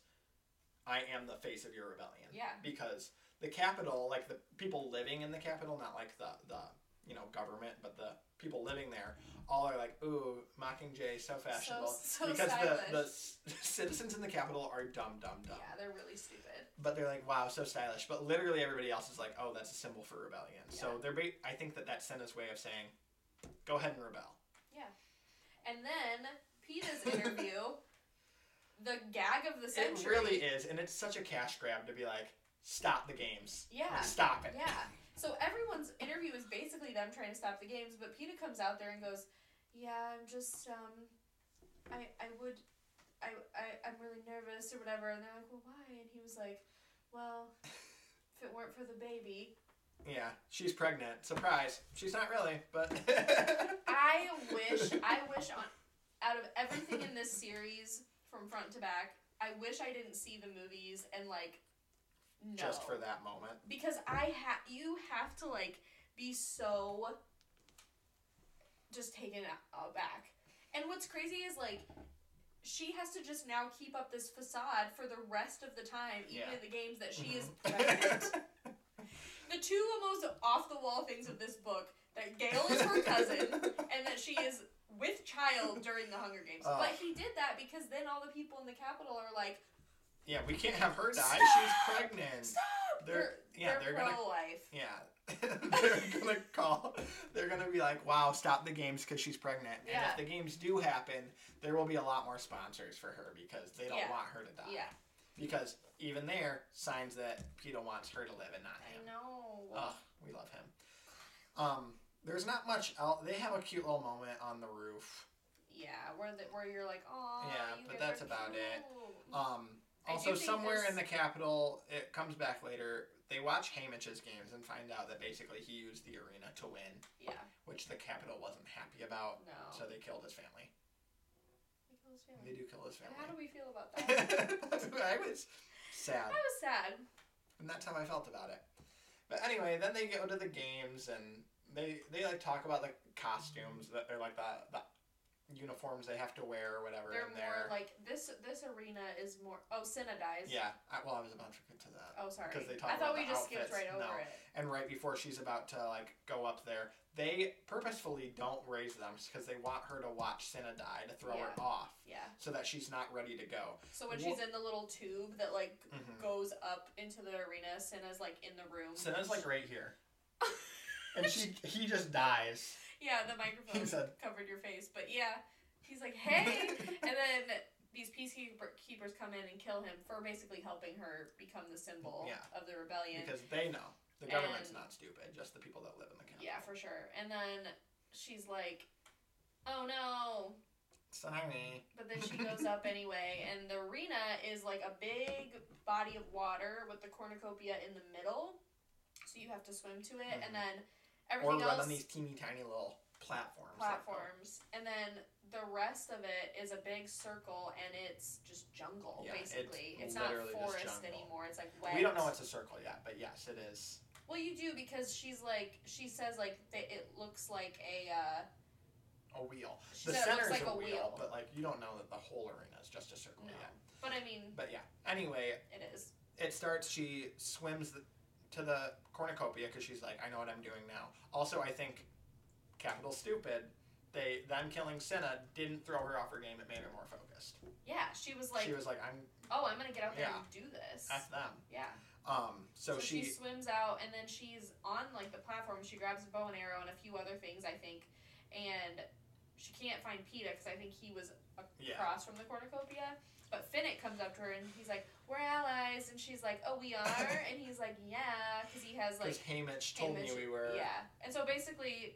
Speaker 1: "I am the face of your rebellion."
Speaker 2: Yeah.
Speaker 1: Because the capital, like the people living in the capital, not like the the you know government, but the people living there, all are like, "Ooh, Mockingjay, so fashionable."
Speaker 2: so
Speaker 1: because
Speaker 2: stylish.
Speaker 1: the, the c- citizens in the capital are dumb, dumb, dumb.
Speaker 2: yeah, they're really stupid.
Speaker 1: But they're like, wow, so stylish. But literally everybody else is like, oh, that's a symbol for rebellion. So they're, ba- I think that that's Senna's way of saying, go ahead and rebel.
Speaker 2: And then Peta's interview, the gag of the century.
Speaker 1: It really is, and it's such a cash grab to be like, stop the games.
Speaker 2: Yeah.
Speaker 1: Stop it.
Speaker 2: Yeah. So everyone's interview is basically them trying to stop the games, but Peta comes out there and goes, "Yeah, I'm just um, I I would, I I I'm really nervous or whatever." And they're like, "Well, why?" And he was like, "Well, if it weren't for the baby,
Speaker 1: Yeah, she's pregnant. Surprise. She's not really, but.
Speaker 2: I wish I wish on out of everything in this series from front to back, I wish I didn't see the movies and like no.
Speaker 1: Just for that moment.
Speaker 2: because I ha you have to like be so just taken a- aback. And what's crazy is like she has to just now keep up this facade for the rest of the time, even
Speaker 1: Yeah.
Speaker 2: in the games that she is
Speaker 1: Mhm.
Speaker 2: pregnant. the two most off the wall things of this book that Gail is her cousin and that she is with child during the Hunger Games.
Speaker 1: Oh.
Speaker 2: But he did that because then all the people in the Capitol are like,
Speaker 1: Yeah, we can't have her die. She's
Speaker 2: Stop!
Speaker 1: pregnant.
Speaker 2: stop!
Speaker 1: They're, yeah, they're
Speaker 2: pro
Speaker 1: gonna
Speaker 2: life.
Speaker 1: Yeah. they're gonna call. They're gonna be like, "Wow, stop the games because she's pregnant." And
Speaker 2: Yeah.
Speaker 1: if the games do happen, there will be a lot more sponsors for her because they don't
Speaker 2: Yeah.
Speaker 1: want her to die.
Speaker 2: Yeah.
Speaker 1: Because even there, signs that Peter wants her to live and not
Speaker 2: I
Speaker 1: him.
Speaker 2: know.
Speaker 1: Ugh, we love him. Um, there's not much else. They have a cute little moment on the roof.
Speaker 2: Yeah, where the, where you're like, oh,
Speaker 1: Yeah, but that's about it. Um,
Speaker 2: Mm-hmm. I do
Speaker 1: also,
Speaker 2: think
Speaker 1: somewhere
Speaker 2: this-
Speaker 1: in the Capitol, it comes back later. They watch Hamish's games and find out that basically he used the arena to win.
Speaker 2: Yeah,
Speaker 1: which the capital wasn't happy about.
Speaker 2: no.
Speaker 1: So they killed his family. They
Speaker 2: and
Speaker 1: do kill his
Speaker 2: how do
Speaker 1: family.
Speaker 2: we feel about that?
Speaker 1: I was sad,
Speaker 2: that was sad.
Speaker 1: and that's how I felt about it. But anyway, then they go to the games and they they like talk about the costumes that or like the, the uniforms they have to wear or whatever.
Speaker 2: They're
Speaker 1: and
Speaker 2: more like this. This arena is more. Oh, Cinna dies.
Speaker 1: yeah. I, well, I was about to get to that.
Speaker 2: Oh, sorry.
Speaker 1: 'Cause they talk
Speaker 2: I thought
Speaker 1: about
Speaker 2: we
Speaker 1: the
Speaker 2: just
Speaker 1: outfits.
Speaker 2: skipped right over
Speaker 1: No.
Speaker 2: it.
Speaker 1: and right before she's about to like go up there, they purposefully don't raise them because they want her to watch Cinna die to throw
Speaker 2: Yeah.
Speaker 1: her off,
Speaker 2: Yeah.
Speaker 1: so that she's not ready to go.
Speaker 2: So when
Speaker 1: Wha-
Speaker 2: she's in the little tube that like
Speaker 1: Mhm.
Speaker 2: goes up into the arena, Cinna's like in the room.
Speaker 1: Senna's like right here. and she he just dies.
Speaker 2: Yeah, the microphone
Speaker 1: He's a-
Speaker 2: covered your face, but yeah, he's like, hey, and then these peacekeeper keepers come in and kill him for basically helping her become the symbol
Speaker 1: Yeah.
Speaker 2: of the rebellion.
Speaker 1: Because they know. The government's
Speaker 2: And-
Speaker 1: not stupid, just the people that live in the county.
Speaker 2: yeah, for sure. And then she's like, oh no,
Speaker 1: Sorry.
Speaker 2: But then she goes up anyway, and the arena is like a big body of water with the cornucopia in the middle. So you have to swim to it, and then
Speaker 1: Mm-hmm. Or
Speaker 2: everything
Speaker 1: run
Speaker 2: else
Speaker 1: on these teeny tiny little platforms. that go-
Speaker 2: platforms. And then the rest of it is a big circle, and it's just jungle
Speaker 1: Yeah, it's
Speaker 2: basically. It's, not
Speaker 1: literally just jungle.
Speaker 2: forest anymore. It's like wet.
Speaker 1: We don't know it's a circle yet, but yes, it is.
Speaker 2: Well, you do because she's like she says like that it looks like a uh,
Speaker 1: A wheel.
Speaker 2: she
Speaker 1: The
Speaker 2: said it
Speaker 1: center
Speaker 2: looks
Speaker 1: is
Speaker 2: like
Speaker 1: a, wheel, but like you don't know that the whole arena is just a circle
Speaker 2: No.
Speaker 1: yet.
Speaker 2: But I mean,
Speaker 1: But yeah. Anyway,
Speaker 2: it is.
Speaker 1: it starts she swims the, to the cornucopia because she's like i know what i'm doing now also i think capital stupid they them killing Senna didn't throw her off her game it made her more focused
Speaker 2: Yeah, she was like,
Speaker 1: she was like i'm
Speaker 2: "Oh, I'm gonna get out there
Speaker 1: Yeah.
Speaker 2: and do this."
Speaker 1: f them
Speaker 2: yeah.
Speaker 1: um so, she,
Speaker 2: swims out, and then she's on like the platform. She grabs a bow and arrow and a few other things, I think, and she can't find Peta because I think he was
Speaker 1: yeah
Speaker 2: across from the cornucopia. But Finnick comes up to her and he's like, "We're allies," and she's like, "Oh, we are," and he's like, "Yeah," because he has like,
Speaker 1: because Haymitch told
Speaker 2: Haymitch-
Speaker 1: me we were yeah,
Speaker 2: yeah, and so basically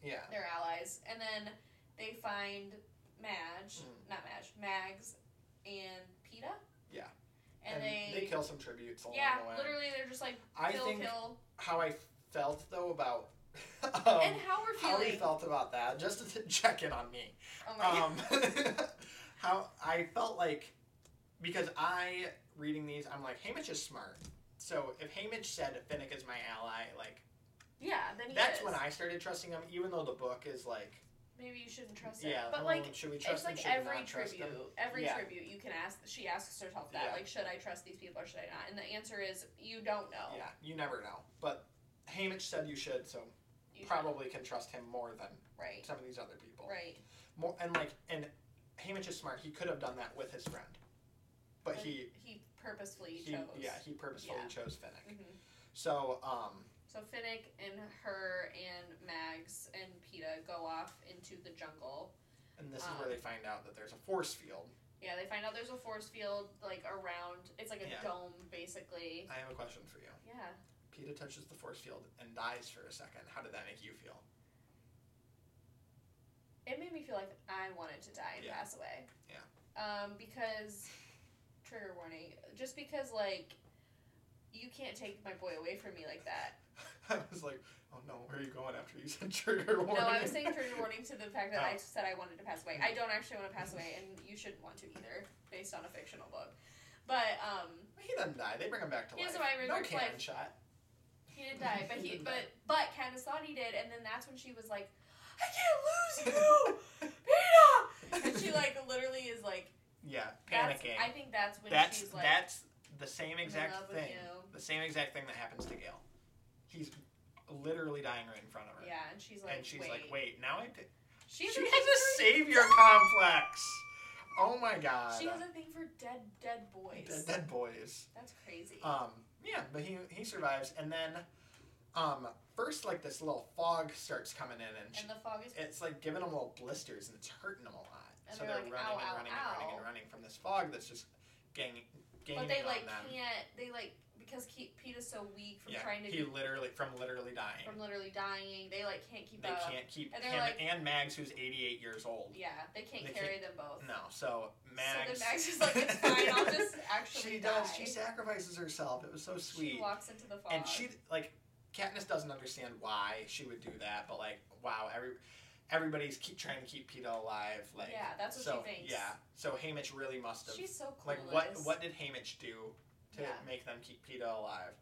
Speaker 2: they're allies, and then they find Madge,
Speaker 1: Mm.
Speaker 2: not Madge, Mags, and Peta.
Speaker 1: Yeah.
Speaker 2: and,
Speaker 1: they, kill some tributes along
Speaker 2: yeah,
Speaker 1: the way
Speaker 2: literally they're just like
Speaker 1: i
Speaker 2: kill,
Speaker 1: think
Speaker 2: kill.
Speaker 1: how i felt though about um,
Speaker 2: and how we're
Speaker 1: how we
Speaker 2: feeling.
Speaker 1: felt about that just to check in on me
Speaker 2: oh my god.
Speaker 1: um, how I felt like because I reading these, I'm like Hamish is smart. So if Hamish said Finnick is my ally, like
Speaker 2: Yeah, then he
Speaker 1: that's
Speaker 2: is.
Speaker 1: when I started trusting him. Even though the book is like,
Speaker 2: Maybe you shouldn't trust him.
Speaker 1: yeah,
Speaker 2: but
Speaker 1: well,
Speaker 2: like
Speaker 1: should we
Speaker 2: it's
Speaker 1: trust him?
Speaker 2: like
Speaker 1: Should we
Speaker 2: every
Speaker 1: not trust
Speaker 2: tribute,
Speaker 1: him?
Speaker 2: every
Speaker 1: Yeah.
Speaker 2: tribute you can ask. She asks herself that,
Speaker 1: Yeah.
Speaker 2: like, should I trust these people or should I not? And the answer is you don't know.
Speaker 1: Yeah, you never know. But Hamish said you should, so
Speaker 2: You don't.
Speaker 1: probably can trust him more than
Speaker 2: right,
Speaker 1: some of these other people.
Speaker 2: right.
Speaker 1: More and like and Hamish is smart. He could have done that with his friend, but he
Speaker 2: he purposefully
Speaker 1: he
Speaker 2: chose.
Speaker 1: yeah he purposefully
Speaker 2: Yeah.
Speaker 1: chose Finnick.
Speaker 2: Mhm.
Speaker 1: So um
Speaker 2: So Finnick and her and Mags and Peta go off into the jungle.
Speaker 1: And this is
Speaker 2: Um,
Speaker 1: where they find out that there's a force field.
Speaker 2: Yeah, they find out there's a force field like around. It's like a
Speaker 1: Yeah.
Speaker 2: dome, basically.
Speaker 1: I have a question for you.
Speaker 2: Yeah.
Speaker 1: Peta touches the force field and dies for a second. How did that make you feel?
Speaker 2: it made me feel like I wanted to die and
Speaker 1: Yeah.
Speaker 2: pass away.
Speaker 1: Yeah.
Speaker 2: Um, because trigger warning, just because like you can't take my boy away from me like that.
Speaker 1: I was like, oh no, where are you going after you said trigger warning?
Speaker 2: No, I was saying trigger warning to the fact that I
Speaker 1: Oh.
Speaker 2: said I wanted to pass away. I don't actually want to pass away, and you shouldn't want to either, based on a fictional book. But um,
Speaker 1: He doesn't die. They bring him back to
Speaker 2: He
Speaker 1: life.
Speaker 2: doesn't die, bring him
Speaker 1: no
Speaker 2: back to
Speaker 1: cannon
Speaker 2: life.
Speaker 1: shot.
Speaker 2: he didn't die. But
Speaker 1: He
Speaker 2: he,
Speaker 1: didn't
Speaker 2: but but Candace thought he did, and then that's when she was like, I can't lose you,
Speaker 1: and
Speaker 2: Peter. And she like literally is like
Speaker 1: yeah,
Speaker 2: that's-
Speaker 1: panicking.
Speaker 2: I think that's when
Speaker 1: That's
Speaker 2: she's like
Speaker 1: that's the same
Speaker 2: in
Speaker 1: exact
Speaker 2: love with
Speaker 1: thing.
Speaker 2: you.
Speaker 1: The same exact thing that happens to Gail. He's literally dying right in front of her,
Speaker 2: Yeah, and she's like,
Speaker 1: and she's
Speaker 2: wait.
Speaker 1: like, wait, now I. Pick-
Speaker 2: She has,
Speaker 1: she
Speaker 2: a,
Speaker 1: has a
Speaker 2: thing
Speaker 1: savior complex. Oh my
Speaker 2: for,
Speaker 1: god.
Speaker 2: she has a thing for dead dead boys.
Speaker 1: Dead, dead boys.
Speaker 2: That's crazy.
Speaker 1: Um, yeah, but he he survives, and then, um, first like this little fog starts coming in, and, sh
Speaker 2: and the fog is
Speaker 1: it's like giving them little blisters, and it's hurting them a lot.
Speaker 2: And
Speaker 1: so
Speaker 2: they're
Speaker 1: they're,
Speaker 2: like,
Speaker 1: running
Speaker 2: "Ow,
Speaker 1: and running
Speaker 2: ow,
Speaker 1: and running
Speaker 2: ow."
Speaker 1: and running from this fog that's just gang, gaining
Speaker 2: but they
Speaker 1: on
Speaker 2: like
Speaker 1: them.
Speaker 2: can't they like because Ke- Peta's so weak from
Speaker 1: yeah,
Speaker 2: trying to
Speaker 1: he literally from literally dying.
Speaker 2: from literally dying, they like can't keep
Speaker 1: they
Speaker 2: up.
Speaker 1: can't keep
Speaker 2: And they're
Speaker 1: him
Speaker 2: like-
Speaker 1: and Mags, who's 88 years old.
Speaker 2: Yeah, they can't
Speaker 1: They
Speaker 2: carry them both.
Speaker 1: No, so Mags.
Speaker 2: So then Max is like, it's fine. I'll just actually
Speaker 1: she does.
Speaker 2: die."
Speaker 1: She sacrifices herself. It was so sweet.
Speaker 2: She walks into the fog.
Speaker 1: and she like Katniss doesn't understand why she would do that, but like wow, every everybody's keep trying to keep Peeta alive. Like
Speaker 2: Yeah, that's what she
Speaker 1: so,
Speaker 2: thinks.
Speaker 1: Yeah, so Haymitch really must have
Speaker 2: she's so clueless.
Speaker 1: like what what did Haymitch do to
Speaker 2: Yeah.
Speaker 1: make them keep Peeta alive?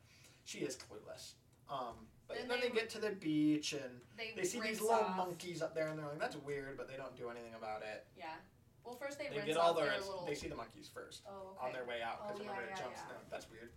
Speaker 1: She is clueless. Um, but
Speaker 2: Then
Speaker 1: then,
Speaker 2: they
Speaker 1: they, get to the beach and
Speaker 2: they,
Speaker 1: they see
Speaker 2: rinse
Speaker 1: these little
Speaker 2: off-
Speaker 1: monkeys up there, and they're like, "That's weird," but they don't do anything about it.
Speaker 2: Yeah. Well, first they,
Speaker 1: They,
Speaker 2: rinse
Speaker 1: get all
Speaker 2: off their
Speaker 1: their
Speaker 2: little.
Speaker 1: they see the monkeys first
Speaker 2: oh,
Speaker 1: on
Speaker 2: okay.
Speaker 1: their way out because
Speaker 2: Oh, yeah,
Speaker 1: remember it
Speaker 2: yeah,
Speaker 1: jumps
Speaker 2: yeah.
Speaker 1: down. That's weird.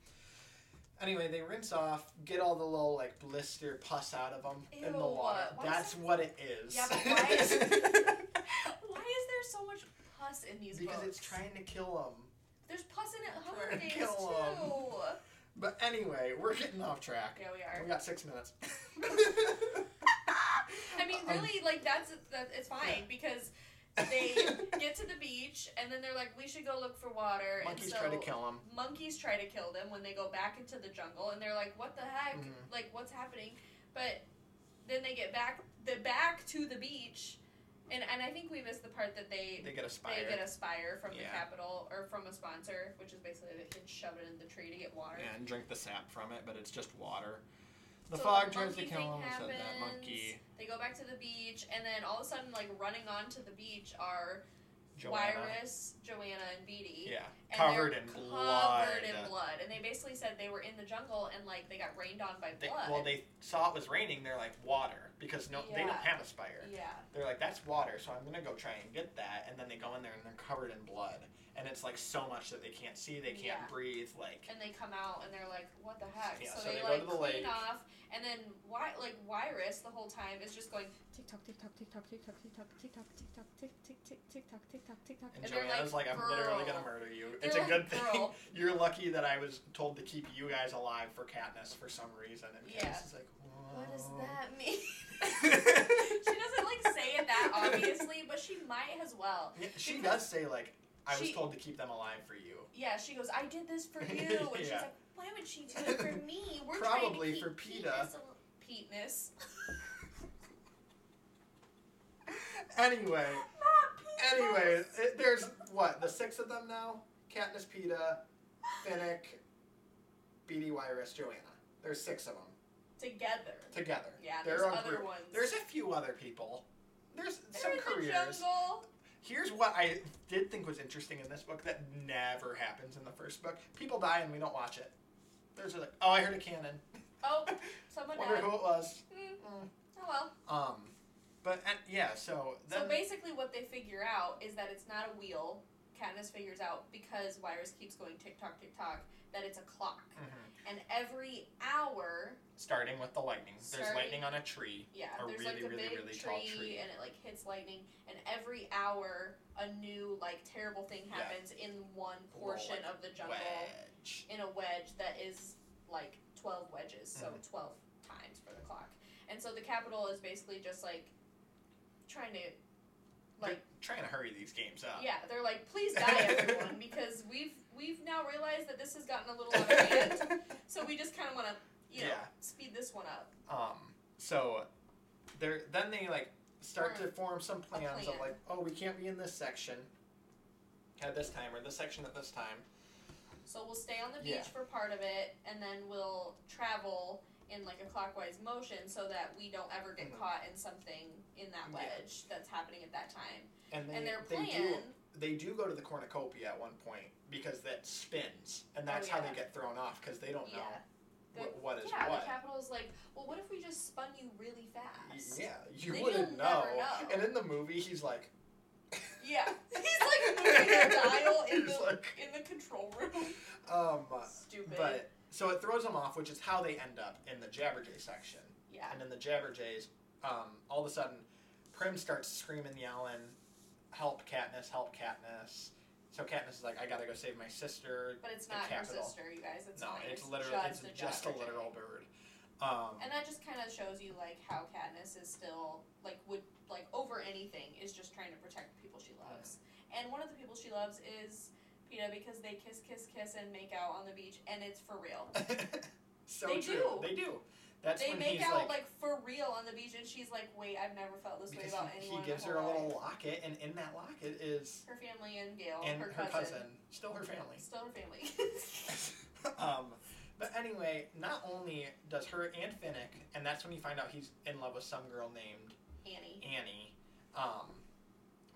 Speaker 1: Anyway, they rinse off, get all the little like blister pus out of them in
Speaker 2: Ew,
Speaker 1: the water.
Speaker 2: why is
Speaker 1: That's
Speaker 2: that-
Speaker 1: what it is.
Speaker 2: Yeah, but why is- Why is there so much pus in these
Speaker 1: because
Speaker 2: books?
Speaker 1: it's trying to kill them.
Speaker 2: There's pus in it Hunger
Speaker 1: Trying to
Speaker 2: Games
Speaker 1: kill 'em.
Speaker 2: too.
Speaker 1: But anyway, we're getting off track.
Speaker 2: Yeah, we
Speaker 1: We
Speaker 2: are.
Speaker 1: got six minutes.
Speaker 2: I mean,
Speaker 1: Um,
Speaker 2: really, like that's that. It's fine because they get to the beach and then they're like, we should go look for water.
Speaker 1: monkeys
Speaker 2: and so
Speaker 1: try to kill them.
Speaker 2: monkeys try to kill them when they go back into the jungle and they're like, what the heck?
Speaker 1: Mhm.
Speaker 2: Like, what's happening? But then they get back the back to the beach And and I think we missed the part that they
Speaker 1: They get
Speaker 2: they
Speaker 1: aspired.
Speaker 2: get a spire from the
Speaker 1: Yeah.
Speaker 2: capital or from a sponsor, which is basically they can shove it in the tree to get water.
Speaker 1: yeah, and drink the sap from it, but it's just water. The
Speaker 2: So
Speaker 1: fog
Speaker 2: the
Speaker 1: tries to
Speaker 2: monkey
Speaker 1: kill him.
Speaker 2: thing
Speaker 1: I said that
Speaker 2: happens.
Speaker 1: monkey.
Speaker 2: They go back to the beach, and then all of a sudden, like running onto the beach are
Speaker 1: Joanna.
Speaker 2: Wyrus, Joanna, and Beatty.
Speaker 1: Yeah,
Speaker 2: And
Speaker 1: covered
Speaker 2: they're
Speaker 1: in
Speaker 2: covered
Speaker 1: blood.
Speaker 2: in blood, and they basically said they were in the jungle and like they got rained on by
Speaker 1: They,
Speaker 2: blood.
Speaker 1: well, they saw it was raining. They're like water because no, they don't
Speaker 2: Yeah.
Speaker 1: have a spire.
Speaker 2: yeah,
Speaker 1: They're like that's water, so I'm gonna go try and get that. And then they go in there and they're covered in blood, and it's like so much that they can't see, they can't
Speaker 2: Yeah.
Speaker 1: breathe. Like
Speaker 2: and they come out and they're like, "What the heck?"
Speaker 1: Yeah,
Speaker 2: so,
Speaker 1: so
Speaker 2: they,
Speaker 1: they go
Speaker 2: like
Speaker 1: to the
Speaker 2: clean
Speaker 1: lake.
Speaker 2: off, and then why like Wyrus the whole time is just going tick tock tick tock tick tock tick tock tick tock tick tock tick tock tick tick tick tick tock tick tock tick tock.
Speaker 1: And,
Speaker 2: And they're
Speaker 1: Joanna's like,
Speaker 2: like,
Speaker 1: I'm literally
Speaker 2: "Girl."
Speaker 1: gonna murder you.
Speaker 2: They're
Speaker 1: it's a
Speaker 2: like,
Speaker 1: good thing.
Speaker 2: "Girl."
Speaker 1: You're lucky that I was told to keep you guys alive for Katniss for some reason. And
Speaker 2: Yeah.
Speaker 1: Katniss is like, Whoa.
Speaker 2: What does that mean? she doesn't like say it that obviously, but she might as well.
Speaker 1: Yeah, she
Speaker 2: Because-
Speaker 1: does say like, I was
Speaker 2: She-
Speaker 1: told to keep them alive for you.
Speaker 2: Yeah, she goes, "I did this for you," and she's
Speaker 1: Yeah.
Speaker 2: like, "Why would she do it for me? We're
Speaker 1: Probably
Speaker 2: trying
Speaker 1: for
Speaker 2: to keep
Speaker 1: PETA."
Speaker 2: Peteness.
Speaker 1: Anyway,
Speaker 2: Not penis.
Speaker 1: anyway, it, there's what the six of them now: Katniss, Peeta, Finnick, Beady, Wyrus, Joanna. There's six of them
Speaker 2: together.
Speaker 1: together.
Speaker 2: Yeah,
Speaker 1: They're
Speaker 2: there's
Speaker 1: a
Speaker 2: other
Speaker 1: group.
Speaker 2: ones.
Speaker 1: There's a few other people. There's
Speaker 2: They're
Speaker 1: some
Speaker 2: in
Speaker 1: careers.
Speaker 2: the jungle.
Speaker 1: Here's what I did think was interesting in this book that never happens in the first book. People die and we don't watch it. There's like, oh, I heard a cannon.
Speaker 2: Oh, someone
Speaker 1: Wonder
Speaker 2: died.
Speaker 1: who it was.
Speaker 2: Mm,
Speaker 1: Mm.
Speaker 2: oh well.
Speaker 1: Um, but and, yeah, so then
Speaker 2: so basically, what they figure out is that it's not a wheel. Katniss figures out because Wyrus keeps going tick tock tick tock that it's a clock,
Speaker 1: Mhm.
Speaker 2: and every hour,
Speaker 1: starting with the lightning. There's
Speaker 2: Starting-
Speaker 1: lightning on a tree.
Speaker 2: yeah,
Speaker 1: A
Speaker 2: there's
Speaker 1: really,
Speaker 2: like a
Speaker 1: really,
Speaker 2: big
Speaker 1: really tall
Speaker 2: tree,
Speaker 1: tree.
Speaker 2: and it like hits lightning, and every hour a new like terrible thing
Speaker 1: Yeah.
Speaker 2: happens in one
Speaker 1: Little,
Speaker 2: portion
Speaker 1: like,
Speaker 2: of the jungle
Speaker 1: Wedge.
Speaker 2: in a wedge that is like 12 wedges, so
Speaker 1: Mhm.
Speaker 2: 12 times for the clock. And so the capital is basically just like trying to,
Speaker 1: They're
Speaker 2: like,
Speaker 1: trying to hurry these games up.
Speaker 2: yeah, they're like, please die, everyone, because we've we've now realized that this has gotten a little out of hand. So we just kind of want to, you know,
Speaker 1: Yeah.
Speaker 2: speed this one up.
Speaker 1: Um, so they're then they like start to form some plans of
Speaker 2: plan.
Speaker 1: like, oh, we can't be in this section at this time or this section at this time.
Speaker 2: So we'll stay on the beach
Speaker 1: Yeah.
Speaker 2: for part of it, and then we'll travel in like a clockwise motion so that we don't ever get
Speaker 1: Mhm.
Speaker 2: caught in something in that
Speaker 1: Yeah.
Speaker 2: wedge that's happening at that time.
Speaker 1: And they
Speaker 2: and their
Speaker 1: they
Speaker 2: plan.
Speaker 1: do they do go to the cornucopia at one point because that spins and that's how
Speaker 2: Oh, yeah.
Speaker 1: they get thrown off because they don't
Speaker 2: Yeah.
Speaker 1: know wh- what is
Speaker 2: yeah,
Speaker 1: what.
Speaker 2: the capital is like, well, what if we just spun you really
Speaker 1: Y-
Speaker 2: fast?
Speaker 1: yeah, you
Speaker 2: Then
Speaker 1: wouldn't
Speaker 2: you'll
Speaker 1: know.
Speaker 2: never know.
Speaker 1: And in the movie, he's like,
Speaker 2: Yeah. He's like moving a dial in
Speaker 1: He's
Speaker 2: the
Speaker 1: like-
Speaker 2: in the control room.
Speaker 1: um, uh,
Speaker 2: Stupid.
Speaker 1: but so it throws them off, which is how they end up in the Jabberjay section.
Speaker 2: yeah.
Speaker 1: And in the Jabberjays, um, all of a sudden, Prim starts screaming, yelling, "Help, Katniss! Help, Katniss!" So Katniss is like, "I gotta go save my sister."
Speaker 2: But it's
Speaker 1: the
Speaker 2: not her
Speaker 1: capital.
Speaker 2: sister, you guys. It's
Speaker 1: no,
Speaker 2: not.
Speaker 1: it's literally it's
Speaker 2: a
Speaker 1: just a
Speaker 2: Jabberjay.
Speaker 1: literal bird. Um,
Speaker 2: And that just kind of shows you like how Katniss is still like would like over anything is just trying to protect the people she loves. And one of the people she loves is Peta because they kiss, kiss, kiss, and make out on the beach, and it's for real.
Speaker 1: so
Speaker 2: They
Speaker 1: true.
Speaker 2: do.
Speaker 1: They do. That's
Speaker 2: they
Speaker 1: when
Speaker 2: make
Speaker 1: he's
Speaker 2: out
Speaker 1: like,
Speaker 2: like, for real on the beach, and she's like, "Wait, I've never felt this way
Speaker 1: because
Speaker 2: about
Speaker 1: he,
Speaker 2: anyone."
Speaker 1: he gives
Speaker 2: in
Speaker 1: her
Speaker 2: my
Speaker 1: a
Speaker 2: whole
Speaker 1: little
Speaker 2: life."
Speaker 1: locket, and in that locket is
Speaker 2: Her family and Gail,
Speaker 1: and
Speaker 2: her,
Speaker 1: her
Speaker 2: cousin,
Speaker 1: cousin, still her family.
Speaker 2: still her family.
Speaker 1: um, but anyway, not only does her and Finnick, and that's when you find out he's in love with some girl named
Speaker 2: Annie.
Speaker 1: Annie, um,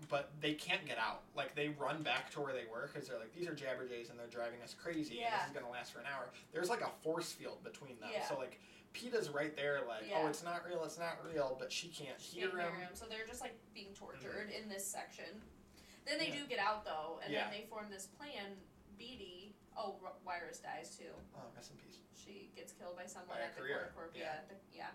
Speaker 1: but they can't get out. Like they run back to where they were because they're like, these are Jabberjays and they're driving us crazy. And
Speaker 2: Yeah.
Speaker 1: this is gonna last for an hour. There's like a force field between them.
Speaker 2: Yeah.
Speaker 1: So like, Peta's right there, like, oh,
Speaker 2: Yeah.
Speaker 1: it's not real, it's not real, but she can't
Speaker 2: She
Speaker 1: hear him.
Speaker 2: can't So they're just like being tortured in this section. Then they
Speaker 1: Mm-hmm. Yeah.
Speaker 2: do get out though, and
Speaker 1: Yeah.
Speaker 2: then they form this plan. Beatty, oh, R- Wyrus dies too.
Speaker 1: Oh, rest in peace.
Speaker 2: She gets killed by someone
Speaker 1: By a
Speaker 2: at the
Speaker 1: career,
Speaker 2: cornucopia.
Speaker 1: yeah.
Speaker 2: at the- yeah.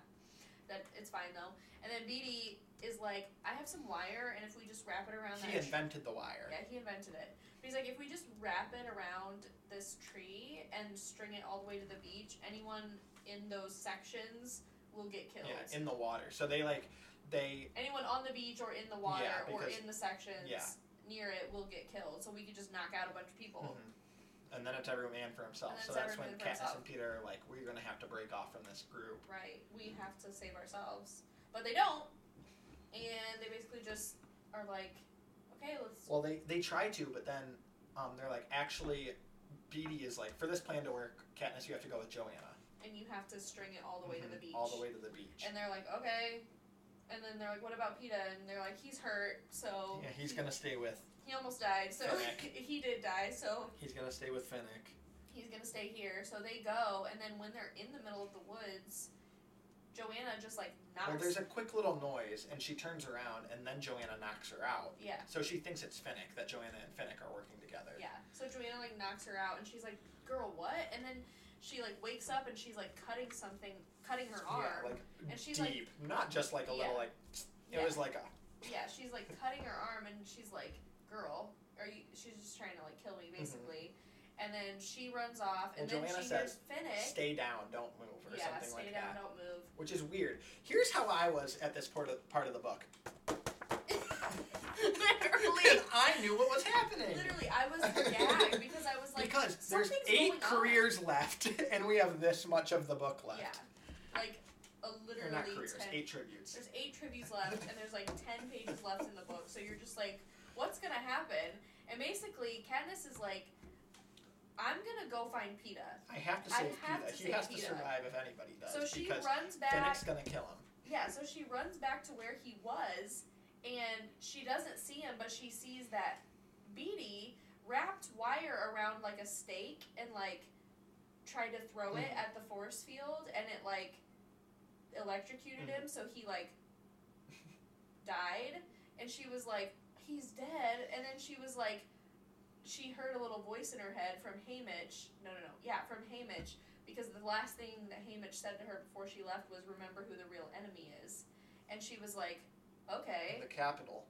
Speaker 2: That it's fine though. And then Beatty is like, I have some wire, and if we just wrap it around
Speaker 1: He
Speaker 2: that tree-
Speaker 1: invented the wire.
Speaker 2: Yeah, he invented it. But he's like, if we just wrap it around this tree and string it all the way to the beach, anyone in those sections will get killed.
Speaker 1: Yeah, in the water. So they like, they
Speaker 2: anyone on the beach or in the water
Speaker 1: Yeah,
Speaker 2: or
Speaker 1: because-
Speaker 2: in the sections
Speaker 1: yeah.
Speaker 2: near it will get killed. So we could just knock out a bunch of people.
Speaker 1: Mhm. And then it's every man for himself.
Speaker 2: And
Speaker 1: So
Speaker 2: it's every
Speaker 1: that's when
Speaker 2: man for
Speaker 1: Katniss
Speaker 2: himself.
Speaker 1: and Peter are like, we're gonna have to break off from this group.
Speaker 2: Right. We have to save ourselves. But they don't. And they basically just are like, okay, let's.
Speaker 1: Well, they they try to, but then um, they're like, actually, BD is like, for this plan to work, Katniss, you have to go with Joanna
Speaker 2: And you have to string it all the way to the
Speaker 1: Mhm,
Speaker 2: beach.
Speaker 1: all the way to the beach.
Speaker 2: And they're like, okay. And then they're like, what about PETA? And they're like, he's hurt, so.
Speaker 1: yeah, he's
Speaker 2: he-
Speaker 1: gonna stay with
Speaker 2: He almost died, so
Speaker 1: Correct.
Speaker 2: he did die, so
Speaker 1: he's gonna stay with Finnick.
Speaker 2: he's gonna stay here. So they go, and then when they're in the middle of the woods, Joanna just like knocks.
Speaker 1: Well, there's a quick little noise, and she turns around, and then Joanna knocks her out.
Speaker 2: yeah,
Speaker 1: So she thinks it's Finnick that Joanna and Finnick are working together.
Speaker 2: yeah. So Joanna like knocks her out, and she's like, "Girl, what?" And then she like wakes up, and she's like cutting something, cutting her arm.
Speaker 1: Yeah, like
Speaker 2: And she's like-
Speaker 1: deep, not just like a
Speaker 2: Yeah.
Speaker 1: little like. It
Speaker 2: Yeah.
Speaker 1: was like a.
Speaker 2: yeah, she's like cutting her arm, and she's like, "Girl, are you?" She's just trying to like kill me, basically. And then she runs off, and
Speaker 1: Mm-hmm. And
Speaker 2: then
Speaker 1: Joanna
Speaker 2: she
Speaker 1: says,
Speaker 2: hears Finnick.
Speaker 1: stay down, don't move, or
Speaker 2: yeah,
Speaker 1: something
Speaker 2: stay
Speaker 1: like
Speaker 2: down,
Speaker 1: that.
Speaker 2: don't move.
Speaker 1: Which is weird. Here's how I was at this part of, part of the book.
Speaker 2: literally,
Speaker 1: Because I knew what was happening.
Speaker 2: literally, I was gagged because I was like,
Speaker 1: because there's
Speaker 2: something's
Speaker 1: eight
Speaker 2: going on.
Speaker 1: careers left, and we have this much of the book left.
Speaker 2: Yeah, like a
Speaker 1: Or
Speaker 2: literally
Speaker 1: not careers,
Speaker 2: ten.
Speaker 1: eight tributes.
Speaker 2: There's eight tributes left, and there's like ten pages left in the book. So you're just like, what's gonna happen? And basically, Katniss is like, I'm gonna go find Peta.
Speaker 1: I have to
Speaker 2: I
Speaker 1: save
Speaker 2: have
Speaker 1: Peta.
Speaker 2: to
Speaker 1: He
Speaker 2: save
Speaker 1: has to
Speaker 2: Peeta.
Speaker 1: survive if anybody does.
Speaker 2: So she
Speaker 1: because
Speaker 2: runs back.
Speaker 1: Finnick's gonna kill him.
Speaker 2: Yeah, so she runs back to where he was, and she doesn't see him, but she sees that Beatty wrapped wire around like a stake and like tried to throw it
Speaker 1: Mhm.
Speaker 2: at the force field, and it like electrocuted him, so he like died. And she was like, he's dead. And then she was like, she heard a little voice in her head from Hamish. No, no, no. Yeah, from Hamish. Because the last thing that Hamish said to her before she left was, remember who the real enemy is. And she was like, okay,
Speaker 1: The capital.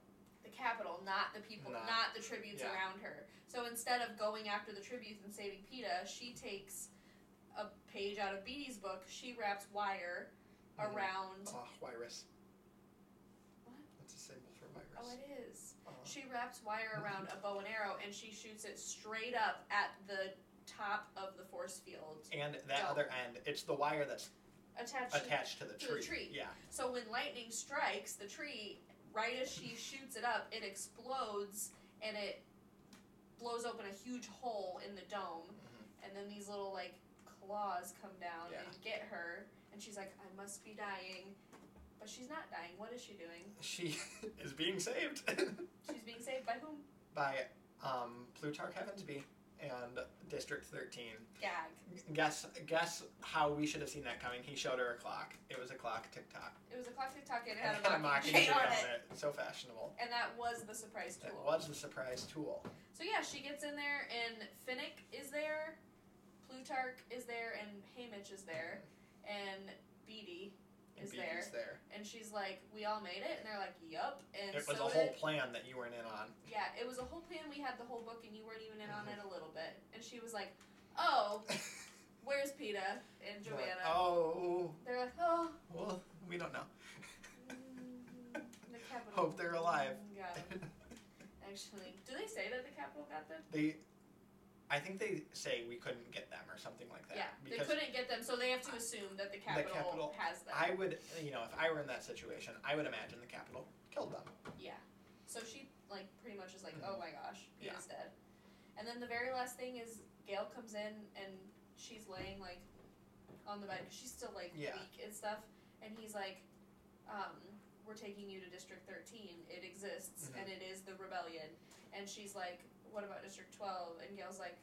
Speaker 2: the capital, not the people,
Speaker 1: Not-
Speaker 2: not the tributes
Speaker 1: yeah.
Speaker 2: around her. So instead of going after the tributes and saving PETA, she takes a page out of Beatty's book. She wraps wire
Speaker 1: Mhm.
Speaker 2: around.
Speaker 1: Oh, virus.
Speaker 2: What?
Speaker 1: That's a symbol for
Speaker 2: Oh,
Speaker 1: virus.
Speaker 2: it is.
Speaker 1: Oh.
Speaker 2: She wraps wire around a bow and arrow and she shoots it straight up at the top of the force field.
Speaker 1: And that
Speaker 2: No.
Speaker 1: other end, it's the wire that's
Speaker 2: Attached. to-
Speaker 1: attached to the
Speaker 2: To
Speaker 1: tree.
Speaker 2: the tree.
Speaker 1: Yeah.
Speaker 2: So when lightning strikes the tree, right as she shoots it up, it explodes and it blows open a huge hole in the dome. And then these little like claws come down
Speaker 1: Yeah.
Speaker 2: and get her. And she's like, I must be dying. But she's not dying. What is she doing?
Speaker 1: She is being saved
Speaker 2: She's being saved by whom?
Speaker 1: by um, Plutarch Heavensby and District 13.
Speaker 2: Gag.
Speaker 1: Guess guess how we should have seen that coming. He showed her a clock. It was a clock tick tock.
Speaker 2: It was a clock TikTok and it
Speaker 1: And
Speaker 2: had a mocking shape on it.
Speaker 1: So fashionable.
Speaker 2: And that was the surprise tool.
Speaker 1: It was the surprise tool.
Speaker 2: So yeah, she gets in there and Finnick is there, Plutarch is there, and Hamish is there, and Beatty.
Speaker 1: And
Speaker 2: Is
Speaker 1: BD's there.
Speaker 2: And she's like, We all made it and they're like, Yup and
Speaker 1: It was
Speaker 2: so
Speaker 1: a whole
Speaker 2: did-
Speaker 1: plan that you weren't in on.
Speaker 2: Yeah, it was a whole plan, we had the whole book and you weren't even in on it a little bit. And she was like, Oh, where's PETA and
Speaker 1: They're like,
Speaker 2: Joanna?
Speaker 1: oh,
Speaker 2: They're like, Oh
Speaker 1: well, we don't know.
Speaker 2: mm, the Capitol
Speaker 1: Hope they're alive.
Speaker 2: got 'em." Actually, do they say that the Capitol got them?
Speaker 1: they, I think they say we couldn't get them or something like that.
Speaker 2: Yeah, they
Speaker 1: because
Speaker 2: couldn't get them, so they have to assume that the capital,
Speaker 1: Capitol-
Speaker 2: has them.
Speaker 1: I would, you know, if I were in that situation, I would imagine the Capitol killed them.
Speaker 2: yeah. So she like pretty much is like,
Speaker 1: Mhm.
Speaker 2: oh my gosh, he
Speaker 1: Yeah.
Speaker 2: is dead. And then the very last thing is Gail comes in and she's laying like on the bed. 'cause She's still like
Speaker 1: Yeah.
Speaker 2: weak and stuff, and he's like, um, "We're taking you to District 13. It exists,
Speaker 1: Mhm.
Speaker 2: and it is the rebellion." And she's like, "What about District 12?" And Gail's like,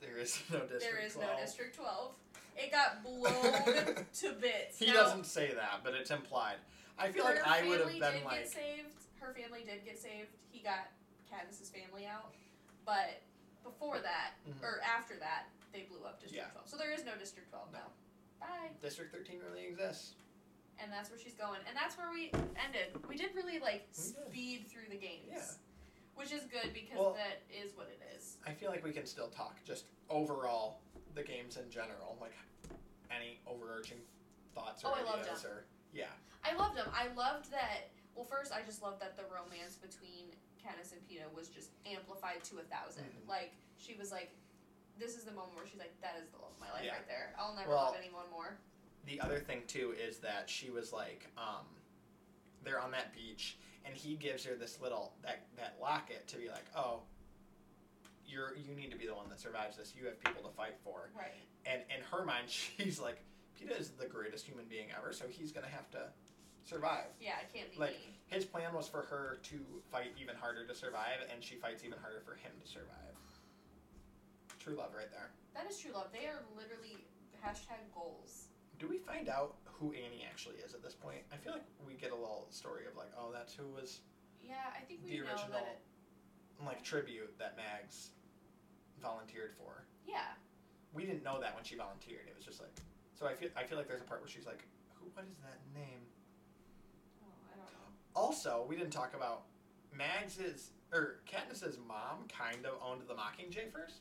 Speaker 1: There is no district.
Speaker 2: "There is
Speaker 1: 12.
Speaker 2: no District 12. It got blown to bits."
Speaker 1: He
Speaker 2: Now-
Speaker 1: doesn't say that, but it's implied. I feel like
Speaker 2: Her
Speaker 1: I would have
Speaker 2: family
Speaker 1: been
Speaker 2: did
Speaker 1: like,
Speaker 2: Get saved. Her family did get saved. He got Katniss's family out, but before that
Speaker 1: Mhm.
Speaker 2: or after that, they blew up District
Speaker 1: Yeah.
Speaker 2: Twelve. So there is no District Twelve
Speaker 1: No.
Speaker 2: now. Bye.
Speaker 1: District 13 really exists.
Speaker 2: And that's where she's going. And that's where we ended. We did really
Speaker 1: We
Speaker 2: like
Speaker 1: did.
Speaker 2: speed through the games.
Speaker 1: Yeah.
Speaker 2: Which is good because
Speaker 1: Well-
Speaker 2: that is what it is.
Speaker 1: I feel like we can still talk just overall the games in general, like any overarching thoughts or
Speaker 2: Oh, I
Speaker 1: ideas
Speaker 2: love
Speaker 1: or yeah,
Speaker 2: I loved them. I loved that. Well, first, I just loved that the romance between Katniss and Peeta was just amplified to a 1000
Speaker 1: Mhm.
Speaker 2: Like she was like, "This is the moment where she's like, that is the love of my life
Speaker 1: Yeah.
Speaker 2: right there. I'll never
Speaker 1: Well-
Speaker 2: love anyone more."
Speaker 1: the other thing too is that she was like um they're on that beach and he gives her this little that that locket to be like, oh, you're you need to be the one that survives this. You have people to fight for.
Speaker 2: Right.
Speaker 1: And in her mind, she's like, PETA is the greatest human being ever, so he's gonna have to survive.
Speaker 2: Yeah, it can't be
Speaker 1: Like-
Speaker 2: me.
Speaker 1: His plan was for her to fight even harder to survive, and she fights even harder for him to survive. True love, right there.
Speaker 2: That is true love. They are literally hashtag goals.
Speaker 1: Do we find out who Annie actually is at this point? I feel like we get a little story of like, oh, that's who was
Speaker 2: Yeah, I think we
Speaker 1: the
Speaker 2: know
Speaker 1: original
Speaker 2: that. It,
Speaker 1: like tribute that Mags volunteered for.
Speaker 2: yeah,
Speaker 1: We didn't know that when she volunteered. It was just like, so I feel I feel like there's a part where she's like, who? What is that name?
Speaker 2: oh, I don't know.
Speaker 1: Also, we didn't talk about Mags's or Katniss's mom kind of owned the Mockingjay first.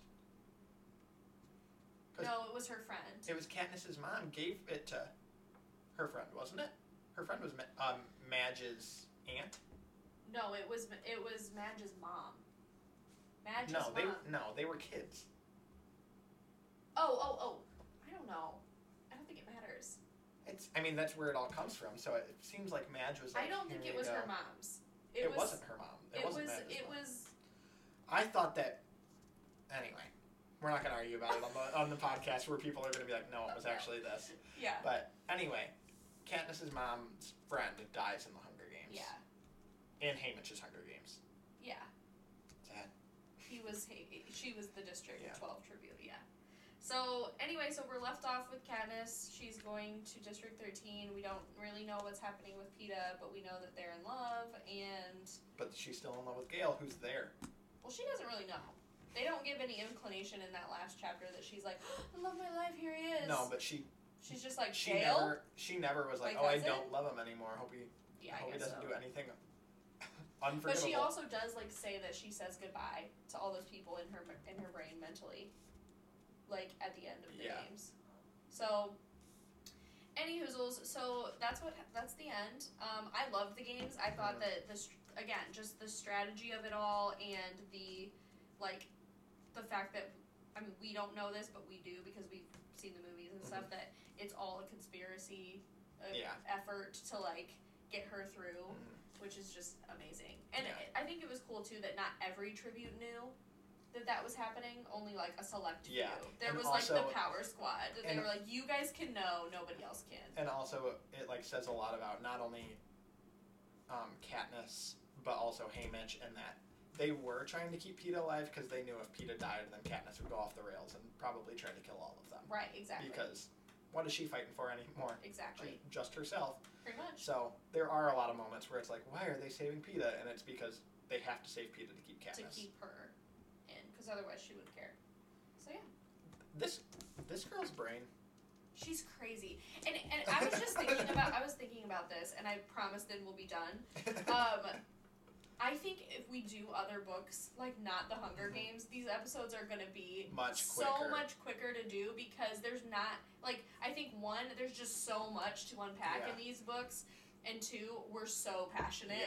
Speaker 1: 'Cause-
Speaker 2: No, it was her friend.
Speaker 1: It was Katniss's mom gave it to her friend, wasn't it? Her friend was Ma- um, Madge's aunt.
Speaker 2: No, it was it was Madge's mom. Madge's
Speaker 1: no, they
Speaker 2: mom.
Speaker 1: no, they were kids.
Speaker 2: Oh, oh, oh. I don't know. I don't think it matters.
Speaker 1: It's I mean that's where it all comes from. So it seems like Madge was. Like,
Speaker 2: I don't think
Speaker 1: "Here
Speaker 2: it
Speaker 1: you
Speaker 2: was
Speaker 1: go."
Speaker 2: her mom's.
Speaker 1: It,
Speaker 2: It, was.
Speaker 1: wasn't her mom. It,
Speaker 2: It was.
Speaker 1: wasn't Madge's
Speaker 2: It
Speaker 1: mom.
Speaker 2: was.
Speaker 1: I thought that. Anyway, we're not gonna argue about it on the on the podcast where people are gonna be like, no, it was actually this.
Speaker 2: Yeah.
Speaker 1: But anyway, Katniss's mom's friend dies in the Hunger Games.
Speaker 2: Yeah.
Speaker 1: And Haymitch's Hunger Games.
Speaker 2: Yeah.
Speaker 1: Sad.
Speaker 2: He was. He, she was the District
Speaker 1: Yeah.
Speaker 2: Twelve tribute. Yeah. So anyway, so we're left off with Katniss. She's going to District Thirteen. We don't really know what's happening with Peta, but we know that they're in love, and
Speaker 1: But she's still in love with Gail, who's there.
Speaker 2: well, she doesn't really know. They don't give any inclination in that last chapter that she's like, I love my life. Here he is.
Speaker 1: No, but she
Speaker 2: She's just like
Speaker 1: she
Speaker 2: Gail.
Speaker 1: never she never was like,
Speaker 2: Like,
Speaker 1: oh, I
Speaker 2: that's
Speaker 1: don't love him anymore. Hope he
Speaker 2: yeah, I
Speaker 1: hope Oh, he
Speaker 2: guess
Speaker 1: doesn't
Speaker 2: so.
Speaker 1: do anything unforgivable.
Speaker 2: But she also does like say that she says goodbye to all those people in her in her brain mentally, like at the end of the
Speaker 1: Yeah.
Speaker 2: games. So, any hoozles. So that's what that's the end. Um, I loved the games. I thought
Speaker 1: Mhm.
Speaker 2: that this again just the strategy of it all and the like the fact that I mean we don't know this but we do because we've seen the movies and stuff that it's all a conspiracy uh,
Speaker 1: Mm-hmm. Yeah.
Speaker 2: effort to like get her through
Speaker 1: Mhm.
Speaker 2: which is just amazing. And
Speaker 1: Yeah.
Speaker 2: it I think it was cool too that not every tribute knew that that was happening, only like a select few.
Speaker 1: Yeah,
Speaker 2: There
Speaker 1: and
Speaker 2: was like
Speaker 1: also-
Speaker 2: the power squad. That they
Speaker 1: and-
Speaker 2: were like, you guys can know, nobody else can.
Speaker 1: and also it like says a lot about not only um, Katniss but also Haymitch and that they were trying to keep Peeta alive because they knew if Peeta died, then Katniss would go off the rails and probably try to kill all of them.
Speaker 2: Right, exactly.
Speaker 1: Because what is she fighting for anymore?
Speaker 2: exactly.
Speaker 1: She, just herself.
Speaker 2: Pretty much.
Speaker 1: So there are a lot of moments where it's like, why are they saving Peeta? And it's because they have to save Peeta to keep Katniss.
Speaker 2: To keep her in, because otherwise she wouldn't care. So yeah.
Speaker 1: This this girl's brain.
Speaker 2: She's crazy. And and I was just thinking about I was thinking about this and I promise then we'll be done. Um, I think if we do other books, like not the Hunger
Speaker 1: Mhm.
Speaker 2: Games, these episodes are gonna be
Speaker 1: Much
Speaker 2: so
Speaker 1: quicker.
Speaker 2: much quicker to do because there's not like I think one, there's just so much to unpack in these books, and two, we're so passionate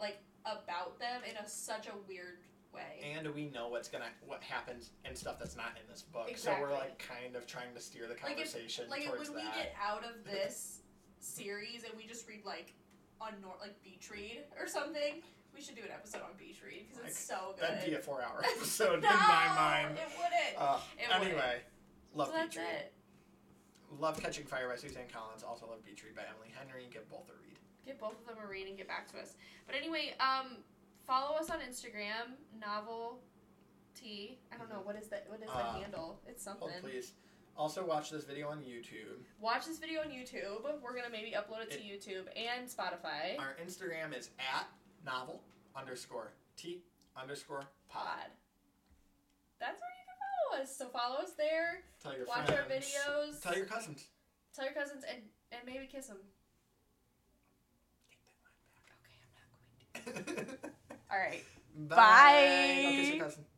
Speaker 1: yeah,
Speaker 2: about them in a such a weird way.
Speaker 1: and we know what's gonna what happens and stuff that's not in this book. So
Speaker 2: Exactly.
Speaker 1: we're like kind of trying to steer the
Speaker 2: Like if-
Speaker 1: conversation
Speaker 2: like
Speaker 1: towards
Speaker 2: when we
Speaker 1: that.
Speaker 2: get out of this series and we just read like on nor- like beach read or something, we should do an episode on beach read because it's so good.
Speaker 1: That'd be a four-hour episode
Speaker 2: no,
Speaker 1: in my mind.
Speaker 2: it wouldn't.
Speaker 1: Uh,
Speaker 2: It wouldn't.
Speaker 1: anyway, love
Speaker 2: so that's
Speaker 1: Beach Read.
Speaker 2: it.
Speaker 1: Love Catching Fire by Suzanne Collins. Also love Beach Read by Emily Henry. Give both a read.
Speaker 2: Get both of them a read and get back to us. But anyway, um, follow us on Instagram, novel T. I don't know what is that. What is
Speaker 1: Uh,
Speaker 2: the handle? It's
Speaker 1: Oh
Speaker 2: something.
Speaker 1: please. Also watch this video on YouTube.
Speaker 2: Watch this video on YouTube. We're gonna maybe upload it to YouTube and Spotify.
Speaker 1: Our Instagram is at novel underscore t underscore pod.
Speaker 2: Pod. That's where you can follow us. So follow us there.
Speaker 1: Tell your
Speaker 2: Watch
Speaker 1: friends.
Speaker 2: our videos.
Speaker 1: Tell your cousins.
Speaker 2: tell your cousins and and maybe kiss them. Okay, I'm not
Speaker 1: Bye.
Speaker 2: going to. All right.
Speaker 1: Bye.
Speaker 2: Bye.
Speaker 1: Go kiss your cousin.